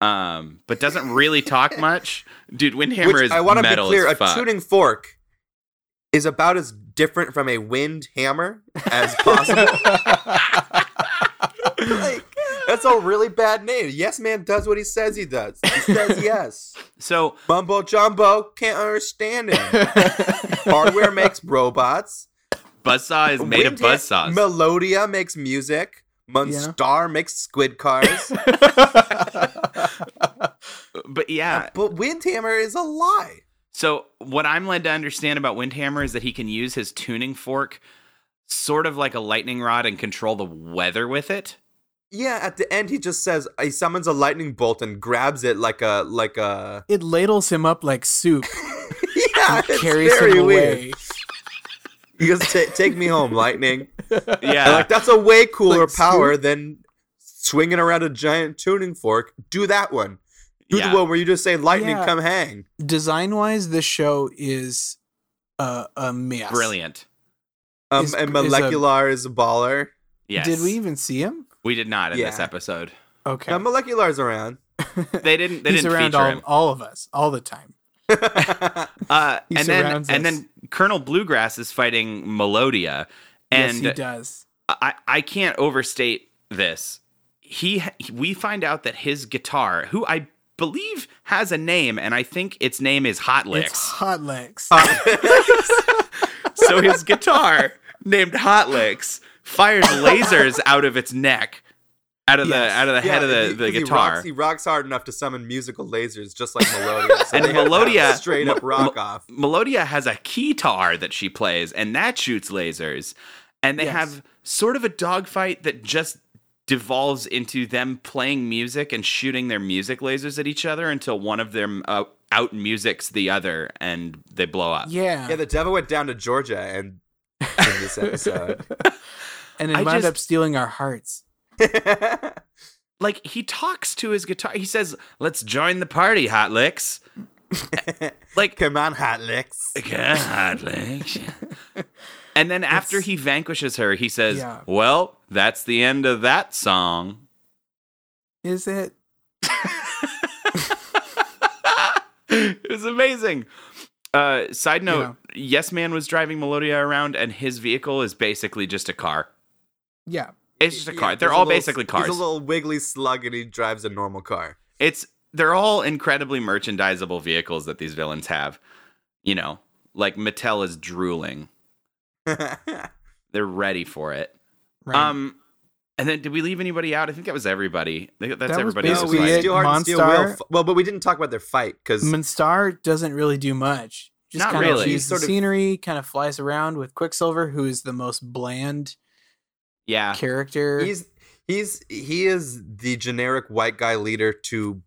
Speaker 1: Um, but doesn't really talk much, dude. Windhammer
Speaker 3: Which
Speaker 1: is
Speaker 3: I want to be
Speaker 1: metal
Speaker 3: clear,
Speaker 1: as
Speaker 3: a
Speaker 1: fuck.
Speaker 3: tuning fork is about as different from a wind hammer as possible. like, that's a really bad name. Yes man does what he says he does. He says yes.
Speaker 1: so
Speaker 3: Bumbo Jumbo can't understand him. Hardware makes robots.
Speaker 1: Buzzsaw is made of
Speaker 3: Wind Ham-
Speaker 1: buzzsaws.
Speaker 3: Melodia makes music. Munstar makes squid cars.
Speaker 1: but yeah,
Speaker 3: but Windhammer is a lie.
Speaker 1: So what I'm led to understand about Windhammer is that he can use his tuning fork sort of like a lightning rod and control the weather with it.
Speaker 3: Yeah, at the end he just says he summons a lightning bolt and grabs it like a like a
Speaker 2: It ladles him up like soup,
Speaker 3: yeah, it's
Speaker 2: carries
Speaker 3: very
Speaker 2: him
Speaker 3: weird.
Speaker 2: away.
Speaker 3: He goes, "Ta- take me home, lightning.
Speaker 1: Yeah.
Speaker 3: And, like that's a way cooler
Speaker 2: Like,
Speaker 3: power than swinging around a giant tuning fork. Do that one. Do
Speaker 1: Yeah.
Speaker 3: the one where you just say lightning,
Speaker 2: Yeah.
Speaker 3: come hang.
Speaker 2: Design wise, this show is uh, a mess.
Speaker 1: Brilliant.
Speaker 3: Um,
Speaker 2: Is-
Speaker 3: and
Speaker 2: is a-
Speaker 3: molecular is a, baller.
Speaker 1: Yes.
Speaker 2: Did we even see him?
Speaker 1: We did not in this
Speaker 3: Yeah.
Speaker 1: episode.
Speaker 2: Okay.
Speaker 3: Now molecular's around.
Speaker 1: They didn't they
Speaker 2: He's
Speaker 1: didn't
Speaker 2: around
Speaker 1: feature
Speaker 2: all,
Speaker 1: him.
Speaker 2: all of us all the time.
Speaker 1: Uh
Speaker 2: He
Speaker 1: and then
Speaker 2: surrounds
Speaker 1: and
Speaker 2: us.
Speaker 1: then Colonel Bluegrass is fighting Melodia
Speaker 2: yes,
Speaker 1: and
Speaker 2: he does.
Speaker 1: I I can't overstate this. He we find out that his guitar, who I believe has a name and I think its name is Hot Licks.
Speaker 2: It's hot legs.
Speaker 1: So his guitar, named Hot Licks, fires lasers out of its neck, out of
Speaker 2: Yes.
Speaker 1: the out of the head of
Speaker 3: Yeah,
Speaker 1: the,
Speaker 3: he-
Speaker 1: the
Speaker 3: 'cause he
Speaker 1: guitar.
Speaker 3: rocks- He rocks, hard enough to summon musical lasers, just like Melodia. So
Speaker 1: And
Speaker 3: they have that
Speaker 1: Melodia-
Speaker 3: straight up
Speaker 1: Mo-
Speaker 3: rock
Speaker 1: Mo-
Speaker 3: off.
Speaker 1: Melodia has a keytar that she plays, and that shoots lasers. And they
Speaker 2: Yes.
Speaker 1: have sort of a dogfight that just devolves into them playing music and shooting their music lasers at each other until one of them uh, out musics the other, and they blow up.
Speaker 2: yeah.
Speaker 3: Yeah, the devil went down to Georgia and in this episode.
Speaker 2: and it
Speaker 1: I
Speaker 2: wound
Speaker 1: just-
Speaker 2: up stealing our hearts.
Speaker 1: like he talks to his guitar. He says, "Let's join the party, Hot Licks." like
Speaker 3: Come on, hot licks.
Speaker 1: God, Lynch. and then after he vanquishes her, he says,
Speaker 2: Yeah.
Speaker 1: "Well, that's the end of that song."
Speaker 2: Is it?
Speaker 1: it was amazing. Uh, side note: Yes Man was driving Melodia around, and his vehicle is basically just a car.
Speaker 2: Yeah.
Speaker 1: It's just a car.
Speaker 3: Yeah,
Speaker 1: They're
Speaker 3: there's a
Speaker 1: all
Speaker 3: little-
Speaker 1: basically cars.
Speaker 3: He's a little wiggly slug and he drives a normal car.
Speaker 1: it's they're all incredibly merchandisable vehicles that these villains have. You know, like Mattel is drooling. They're ready for it.
Speaker 2: Right.
Speaker 1: Um, and then did we leave anybody out? I think that was everybody. I think That's
Speaker 2: That was
Speaker 1: everybody. else's
Speaker 2: basically
Speaker 1: fight.
Speaker 2: it. Monstar-
Speaker 3: f- well, but we didn't talk about their fight because
Speaker 2: Monstar doesn't really do much. Just
Speaker 1: Not
Speaker 2: kind
Speaker 1: really.
Speaker 2: of
Speaker 1: He's
Speaker 2: sees the
Speaker 3: sort of-
Speaker 2: scenery, kind of flies around with Quicksilver, who is the most bland
Speaker 1: Yeah,
Speaker 2: character.
Speaker 3: he's he's he is the generic white guy leader to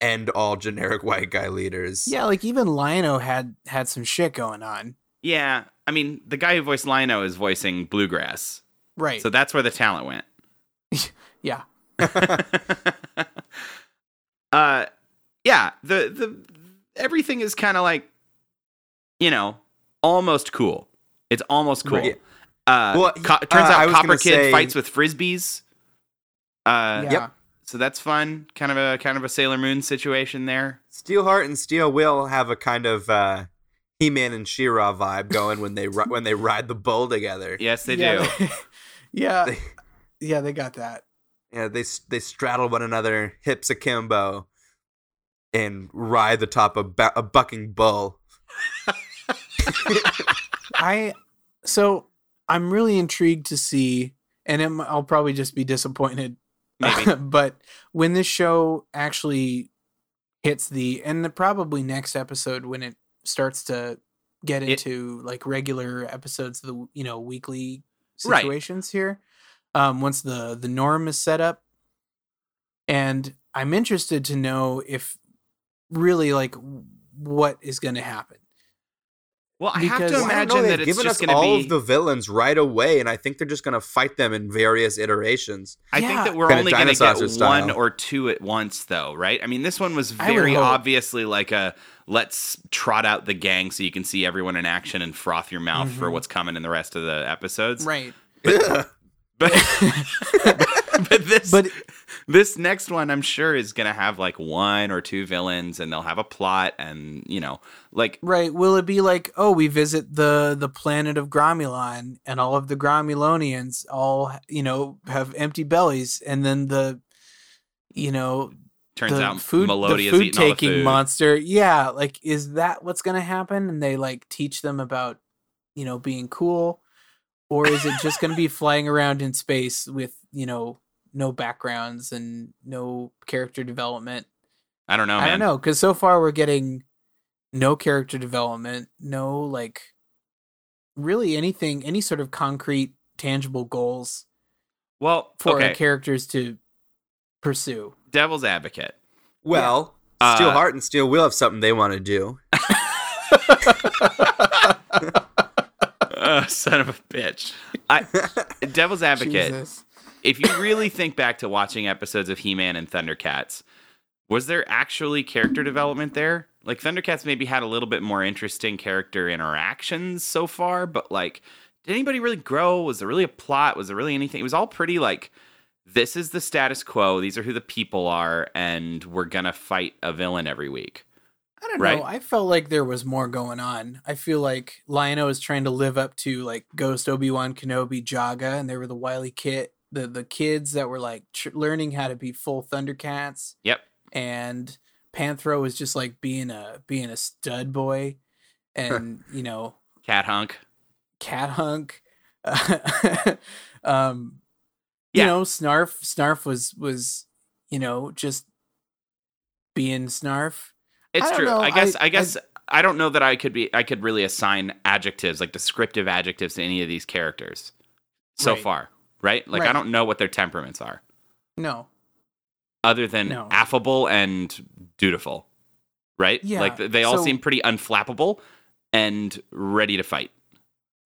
Speaker 3: end all generic white guy leaders.
Speaker 2: yeah, like even Lionel had had some shit going on.
Speaker 1: yeah. I mean, the guy who voiced Lino is voicing bluegrass,
Speaker 2: Right.
Speaker 1: so that's where the talent went.
Speaker 2: yeah.
Speaker 1: uh, yeah. The the everything is kind of like, you know, almost cool. It's almost cool.
Speaker 3: Right.
Speaker 1: Uh,
Speaker 3: Well,
Speaker 1: co-
Speaker 3: uh,
Speaker 1: turns
Speaker 3: I
Speaker 1: out
Speaker 3: was
Speaker 1: Copper
Speaker 3: gonna
Speaker 1: Kid
Speaker 3: say-
Speaker 1: fights with frisbees. Uh,
Speaker 2: Yeah.
Speaker 3: Yep.
Speaker 1: So that's fun. Kind of a kind of a Sailor Moon situation there.
Speaker 3: Steelheart and Steel Will have a kind of uh, He-Man and She-Ra vibe going when they ri- when they ride the bull together.
Speaker 1: Yes, they do.
Speaker 2: yeah, they- yeah.
Speaker 3: They-
Speaker 2: Yeah, they got that.
Speaker 3: Yeah, they s- they straddle one another, hips akimbo, and ride the top of ba- a bucking bull.
Speaker 2: I so I'm really intrigued to see, and it, mi- I'll probably just be disappointed.
Speaker 1: Maybe.
Speaker 2: but when this show actually hits the, and the, probably next episode when it starts to get
Speaker 1: It-
Speaker 2: into like regular episodes of the you know weekly
Speaker 1: Right.
Speaker 2: situations here, um, once the the norm is set up, and I'm interested to know if really like w- what is going to happen.
Speaker 1: Well, I have
Speaker 2: Because-
Speaker 1: to
Speaker 2: Well, I
Speaker 3: I don't know,
Speaker 1: imagine that
Speaker 3: they've
Speaker 1: it's
Speaker 3: given
Speaker 1: just
Speaker 3: us
Speaker 1: going to
Speaker 3: all
Speaker 1: be.
Speaker 3: of the villains right away, and I think they're just going to fight them in various iterations.
Speaker 1: I think
Speaker 2: Yeah.
Speaker 1: that we're
Speaker 3: Kinda
Speaker 1: only going to
Speaker 3: dinosaur
Speaker 1: get
Speaker 3: style.
Speaker 1: one or two at once, though, right? I mean, this one was
Speaker 2: I would
Speaker 1: very
Speaker 2: hope.
Speaker 1: obviously like a let's trot out the gang so you can see everyone in action and froth your mouth for
Speaker 2: Mhm.
Speaker 1: what's coming in the rest of the episodes.
Speaker 2: Right.
Speaker 1: But, but this
Speaker 2: But
Speaker 1: this next one, I'm sure, is going to have like one or two villains, and they'll have a plot, and you know, like
Speaker 2: Right. Will it be like, oh, we visit the the planet of Gromulon, and all of the Gromulonians all you know have empty bellies, and then the you know
Speaker 1: turns
Speaker 2: the
Speaker 1: out
Speaker 2: food
Speaker 1: Melody
Speaker 2: the
Speaker 1: is
Speaker 2: food
Speaker 1: eating all the
Speaker 2: taking
Speaker 1: food.
Speaker 2: monster. Yeah, like is that what's gonna happen? And they like teach them about you know being cool, or is it just gonna be flying around in space with you know no backgrounds and no character development?
Speaker 1: I don't know,
Speaker 2: I
Speaker 1: Oh, man.
Speaker 2: don't know because so far we're getting no character development, no like really anything, any sort of concrete, tangible goals
Speaker 1: Well,
Speaker 2: for our
Speaker 1: okay,
Speaker 2: characters to pursue.
Speaker 1: devil's advocate.
Speaker 3: Well,
Speaker 1: Uh,
Speaker 3: Steel Heart and Steel Will have something they want to do.
Speaker 1: Oh, son of a bitch. I, devil's advocate.
Speaker 2: Jesus.
Speaker 1: If you really think back to watching episodes of He-Man and Thundercats, was there actually character development there? Like Thundercats maybe had a little bit more interesting character interactions so far, but like did anybody really grow? Was there really a plot? Was there really anything? It was all pretty like this is the status quo, these are who the people are, and we're gonna fight a villain every week.
Speaker 2: I don't
Speaker 1: Right.
Speaker 2: know. I felt like there was more going on. I feel like Lionel is trying to live up to like Ghost Obi Wan Kenobi Jaga, and there were the Wily Kit, the the kids that were like tr- learning how to be full Thundercats.
Speaker 1: Yep.
Speaker 2: and Panthro was just like being a being a stud boy, and you know
Speaker 1: Cat hunk.
Speaker 2: Cat Hunk, um, you
Speaker 1: Yeah.
Speaker 2: know Snarf Snarf was was you know just being Snarf.
Speaker 1: It's
Speaker 2: I don't
Speaker 1: true.
Speaker 2: know.
Speaker 1: I guess
Speaker 2: I-
Speaker 1: I, guess I, don't know that I could be I could really assign adjectives, like descriptive adjectives to any of these characters so
Speaker 2: Right.
Speaker 1: far, right? Like I
Speaker 2: Right.
Speaker 1: don't know what their temperaments are
Speaker 2: No,
Speaker 1: other than
Speaker 2: No.
Speaker 1: affable and dutiful. Right?
Speaker 2: Yeah,
Speaker 1: Like th- they all
Speaker 2: so-
Speaker 1: seem pretty unflappable and ready to fight.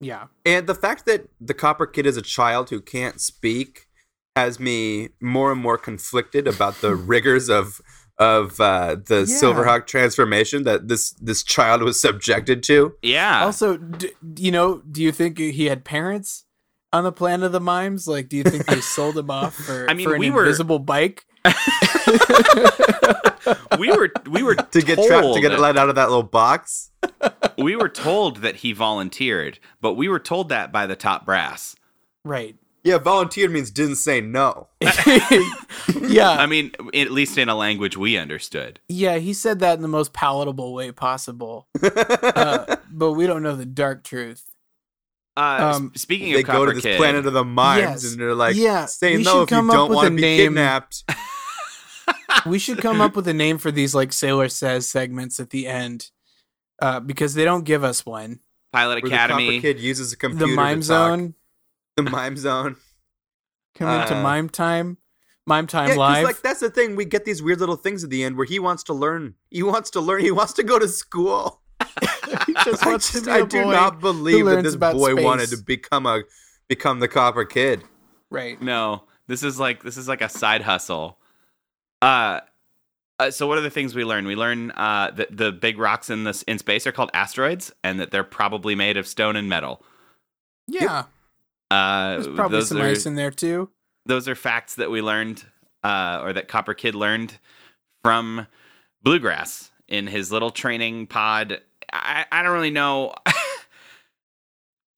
Speaker 2: yeah,
Speaker 3: And the fact that the Copper Kid is a child who can't speak has me more and more conflicted about the rigors of of uh, the
Speaker 2: Yeah.
Speaker 3: Silverhawk transformation that this this child was subjected to.
Speaker 1: Yeah.
Speaker 3: Oh,
Speaker 2: Also, d- you know, do you think he had parents on the planet of the mimes? Like, do you think they sold him off for,
Speaker 1: I mean,
Speaker 2: for an
Speaker 1: we were-
Speaker 2: invisible bike?
Speaker 1: we were we were
Speaker 3: To get
Speaker 1: told,
Speaker 3: trapped, to get let out of that little box.
Speaker 1: we were told that he volunteered, but we were told that by the top brass.
Speaker 2: Right.
Speaker 3: Yeah, volunteered means didn't say no.
Speaker 2: yeah.
Speaker 1: I mean, at least in a language we understood.
Speaker 2: Yeah, he said that in the most palatable way possible. uh, but we don't know the dark truth.
Speaker 1: Uh,
Speaker 2: Um,
Speaker 1: s- speaking
Speaker 3: they
Speaker 1: of Copper
Speaker 3: go to this
Speaker 1: Kid,
Speaker 3: planet of the mimes
Speaker 2: Yes.
Speaker 3: and they're like,
Speaker 2: Yeah,
Speaker 3: say
Speaker 2: we
Speaker 3: no
Speaker 2: should
Speaker 3: if you
Speaker 2: come up
Speaker 3: don't
Speaker 2: with
Speaker 3: want
Speaker 2: a
Speaker 3: to be
Speaker 2: name.
Speaker 3: kidnapped.
Speaker 2: We should come up with a name for these like Sailor Says segments at the end uh, because they don't give us one.
Speaker 1: Pilot
Speaker 3: Where the
Speaker 1: Academy.
Speaker 3: Copper Kid uses a computer.
Speaker 2: The Mime
Speaker 3: to talk.
Speaker 2: Zone,
Speaker 3: The mime zone.
Speaker 2: coming to
Speaker 3: Uh,
Speaker 2: Mime Time, Mime Time
Speaker 3: 'cause,
Speaker 2: Live.
Speaker 3: like that's the thing. We get these weird little things at the end where he wants to learn. He wants to learn. He wants to go to school.
Speaker 2: he just
Speaker 3: I,
Speaker 2: wants to
Speaker 3: just,
Speaker 2: be
Speaker 3: I
Speaker 2: a
Speaker 3: do
Speaker 2: boy.
Speaker 3: not believe that
Speaker 2: learns
Speaker 3: this
Speaker 2: about
Speaker 3: boy wanted to
Speaker 2: space.
Speaker 3: become a become the Copper Kid.
Speaker 2: Right.
Speaker 1: No, this is like this is like a side hustle. Uh, uh, so what are the things we learn? We learn uh, that the big rocks in this in space are called asteroids, and that they're probably made of stone and metal.
Speaker 2: Yeah,
Speaker 1: Uh,
Speaker 2: there's probably
Speaker 1: those
Speaker 2: some
Speaker 1: are,
Speaker 2: ice in there too.
Speaker 1: those are facts that we learned, uh, or that Copper Kid learned from Bluegrass in his little training pod. I, I don't really know.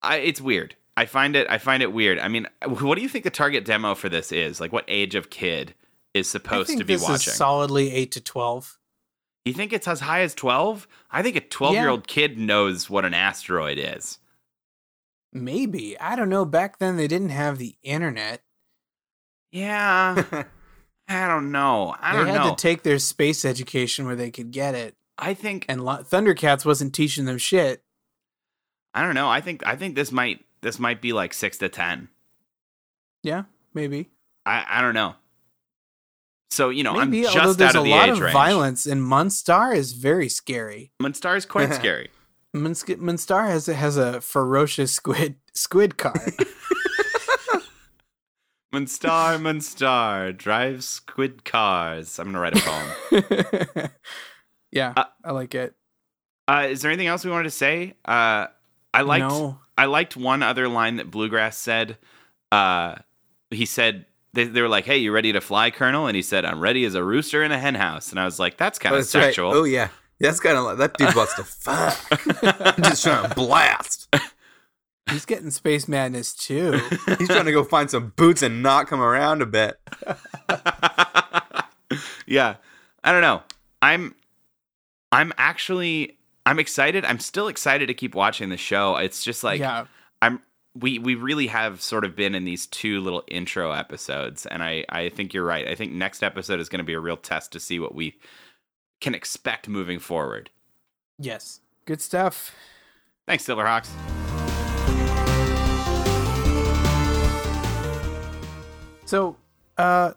Speaker 1: I, it's weird. I find it. I find it weird. I mean, what do you think the target demo for this is? Like, what age of kid is
Speaker 2: I
Speaker 1: supposed
Speaker 2: think
Speaker 1: to be
Speaker 2: this
Speaker 1: watching?
Speaker 2: is solidly eight to twelve.
Speaker 1: you think it's as high as twelve? I think a twelve-year-old kid knows what an asteroid is.
Speaker 2: Maybe I don't know. Back then they didn't have the internet.
Speaker 1: Yeah. I don't know. I
Speaker 2: they
Speaker 1: don't
Speaker 2: had
Speaker 1: know.
Speaker 2: to take their space education where they could get it.
Speaker 1: I think
Speaker 2: And lo- Thundercats wasn't teaching them shit.
Speaker 1: I don't know. I think I think this might this might be like six to ten.
Speaker 2: Yeah, maybe.
Speaker 1: I I don't know. So you know, I'm
Speaker 2: maybe. although
Speaker 1: just
Speaker 2: there's
Speaker 1: out of
Speaker 2: a
Speaker 1: the
Speaker 2: lot
Speaker 1: age
Speaker 2: of
Speaker 1: range.
Speaker 2: violence, and Munstar is very scary.
Speaker 1: Munstar is quite scary.
Speaker 2: Munsk- Munstar has has a ferocious squid squid car.
Speaker 1: Munstar, Munstar drives squid cars. I'm gonna write a poem.
Speaker 2: yeah,
Speaker 1: Uh,
Speaker 2: I like it.
Speaker 1: uh, is there anything else we wanted to say? Uh, I liked
Speaker 2: no.
Speaker 1: I liked one other line that Bluegrass said. Uh, he said they, they were like, "Hey, you ready to fly, Colonel?" And he said, "I'm ready as a rooster in a hen house." And I was like, "That's kind of
Speaker 3: That's right.
Speaker 1: sexual."
Speaker 3: Oh yeah, that's kind of like that dude wants to fuck. Just trying to blast.
Speaker 2: He's getting space madness too.
Speaker 3: He's trying to go find some boots and knock him around a bit.
Speaker 1: yeah i don't know i'm i'm actually i'm excited i'm still excited to keep watching the show it's just like
Speaker 2: yeah,
Speaker 1: i'm we we really have sort of been in these two little intro episodes and i i think you're right i think next episode is going to be a real test to see what we can expect moving forward
Speaker 2: yes, good stuff.
Speaker 1: thanks silverhawks
Speaker 2: So, uh,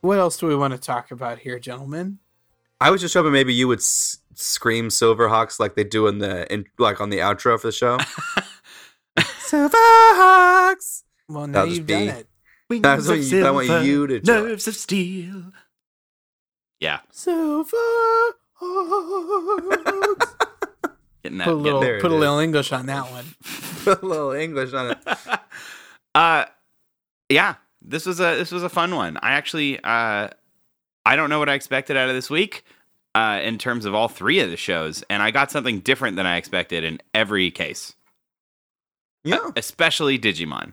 Speaker 2: what else do we want to talk about here, gentlemen?
Speaker 3: I was just hoping maybe you would s- scream Silverhawks like they do in the in, like on the outro for the show. Silverhawks.
Speaker 2: Well, now
Speaker 3: That'll just
Speaker 2: you've done
Speaker 3: be-
Speaker 2: it.
Speaker 3: That's what you, I want you to. do.
Speaker 1: nerves of steel yeah
Speaker 2: Silver. Hawks.
Speaker 1: getting that
Speaker 2: put a
Speaker 1: getting
Speaker 2: little,
Speaker 3: there it
Speaker 2: put a little
Speaker 3: is.
Speaker 2: English on that one.
Speaker 3: Put a little English on it.
Speaker 1: uh yeah this was a this was a fun one i actually uh i don't know what i expected out of this week uh in terms of all three of the shows and i got something different than i expected in every case
Speaker 3: Yeah,
Speaker 1: especially digimon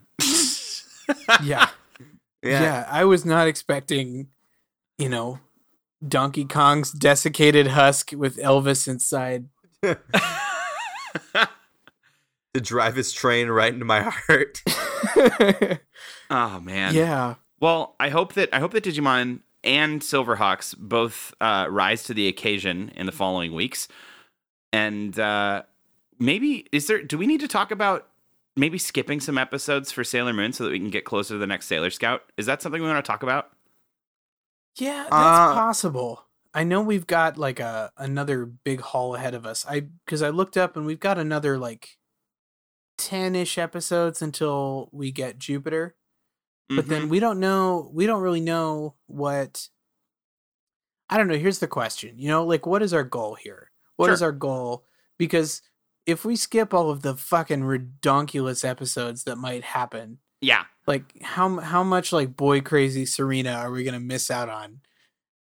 Speaker 2: Yeah. Yeah.
Speaker 3: yeah.
Speaker 2: I was not expecting, you know, Donkey Kong's desiccated husk with Elvis inside.
Speaker 3: To drive his train right into my heart.
Speaker 1: oh man
Speaker 2: yeah.
Speaker 1: well i hope that i hope that digimon and silverhawks both uh rise to the occasion in the following weeks and uh maybe is there do we need to talk about maybe skipping some episodes for sailor moon so that we can get closer to the next sailor scout is that something we want to talk about
Speaker 2: Yeah, that's
Speaker 3: Uh,
Speaker 2: possible. I know we've got like a another big haul ahead of us. I because I looked up and we've got another like 10-ish episodes until we get Jupiter.
Speaker 1: Mm-hmm.
Speaker 2: But then we don't know we don't really know what I don't know, here's the question. You know, like what is our goal here? What is
Speaker 1: Sure.
Speaker 2: our goal? Because if we skip all of the fucking redonkulous episodes that might happen,
Speaker 1: yeah
Speaker 2: like how m- how much like boy crazy Serena are we gonna miss out on?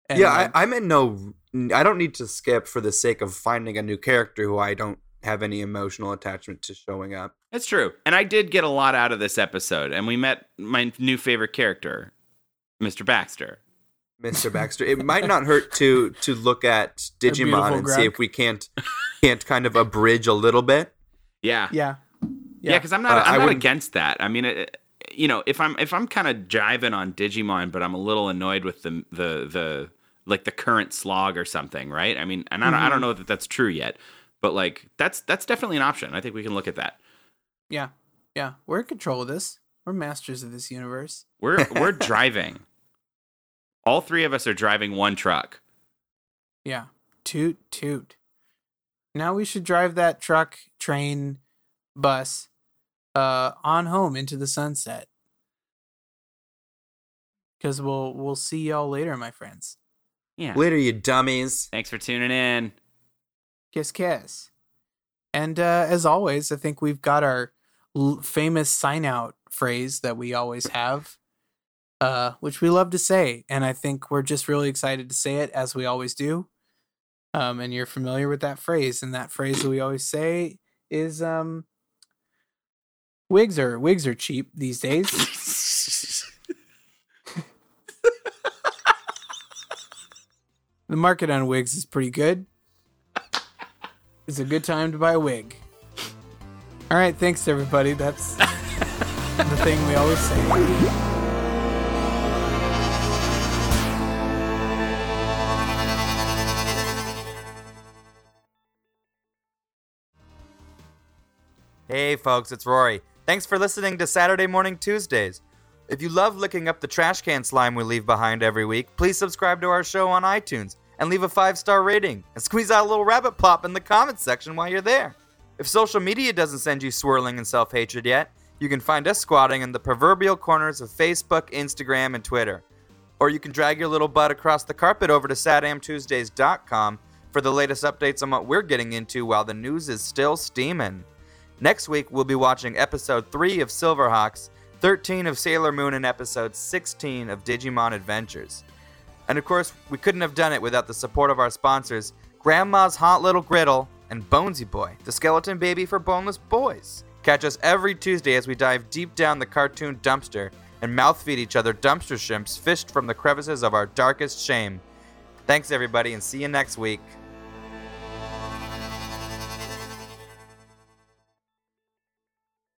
Speaker 2: And, uh,
Speaker 3: yeah,
Speaker 2: like,
Speaker 3: I, I'm in no. I don't need to skip for the sake of finding a new character who I don't have any emotional attachment to showing up.
Speaker 1: that's true and i did get a lot out of this episode and we met my new favorite character mr baxter
Speaker 3: Mr. Baxter. It might not hurt to to look at Digimon
Speaker 2: beautiful
Speaker 3: and see
Speaker 2: grok.
Speaker 3: if we can't can't kind of abridge a little bit.
Speaker 1: yeah
Speaker 2: yeah,
Speaker 1: Yeah, because I'm not.
Speaker 3: Uh, I
Speaker 1: I'm not
Speaker 3: wouldn't-
Speaker 1: against that. I mean, it, you know, if I'm if I'm kind of jiving on Digimon, but I'm a little annoyed with the the the like the current slog or something, right? I mean, and I, don't I don't know that that's true yet, but like that's that's definitely an option. I think we can look at that.
Speaker 2: yeah, yeah. We're in control of this. We're masters of this universe.
Speaker 1: We're we're driving. All three of us are driving one truck.
Speaker 2: Yeah, toot toot. Now we should drive that truck, train, bus, uh, on home into the sunset. Cause we'll we'll see y'all later, my friends.
Speaker 1: Yeah.
Speaker 3: Later, you dummies.
Speaker 1: Thanks for tuning in.
Speaker 2: Kiss kiss. And uh, as always, I think we've got our l- famous sign out phrase that we always have, uh, which we love to say. And I think we're just really excited to say it as we always do. Um, and you're familiar with that phrase. And that phrase that we always say is um, wigs are wigs are cheap these days. The market on wigs is pretty good. It's a good time to buy a wig. All right, thanks everybody. That's the thing we always say.
Speaker 3: Hey, folks, it's Rory. Thanks for listening to Saturday Morning Tuesdays. If you love licking up the trash can slime we leave behind every week, please subscribe to our show on iTunes and leave a five star rating and squeeze out a little rabbit pop in the comments section while you're there. If social media doesn't send you swirling and self hatred yet, you can find us squatting in the proverbial corners of Facebook, Instagram, and Twitter. Or you can drag your little butt across the carpet over to sadamtuesdays.com for the latest updates on what we're getting into while the news is still steaming. Next week, we'll be watching episode 3 of Silverhawks, 13 of Sailor Moon, and episode 16 of Digimon Adventures. And of course, we couldn't have done it without the support of our sponsors, Grandma's Hot Little Griddle and Bonesy Boy, the skeleton baby for boneless boys. Catch us every Tuesday as we dive deep down the cartoon dumpster and mouthfeed each other dumpster shrimps fished from the crevices of our darkest shame. Thanks, everybody, and see you next week.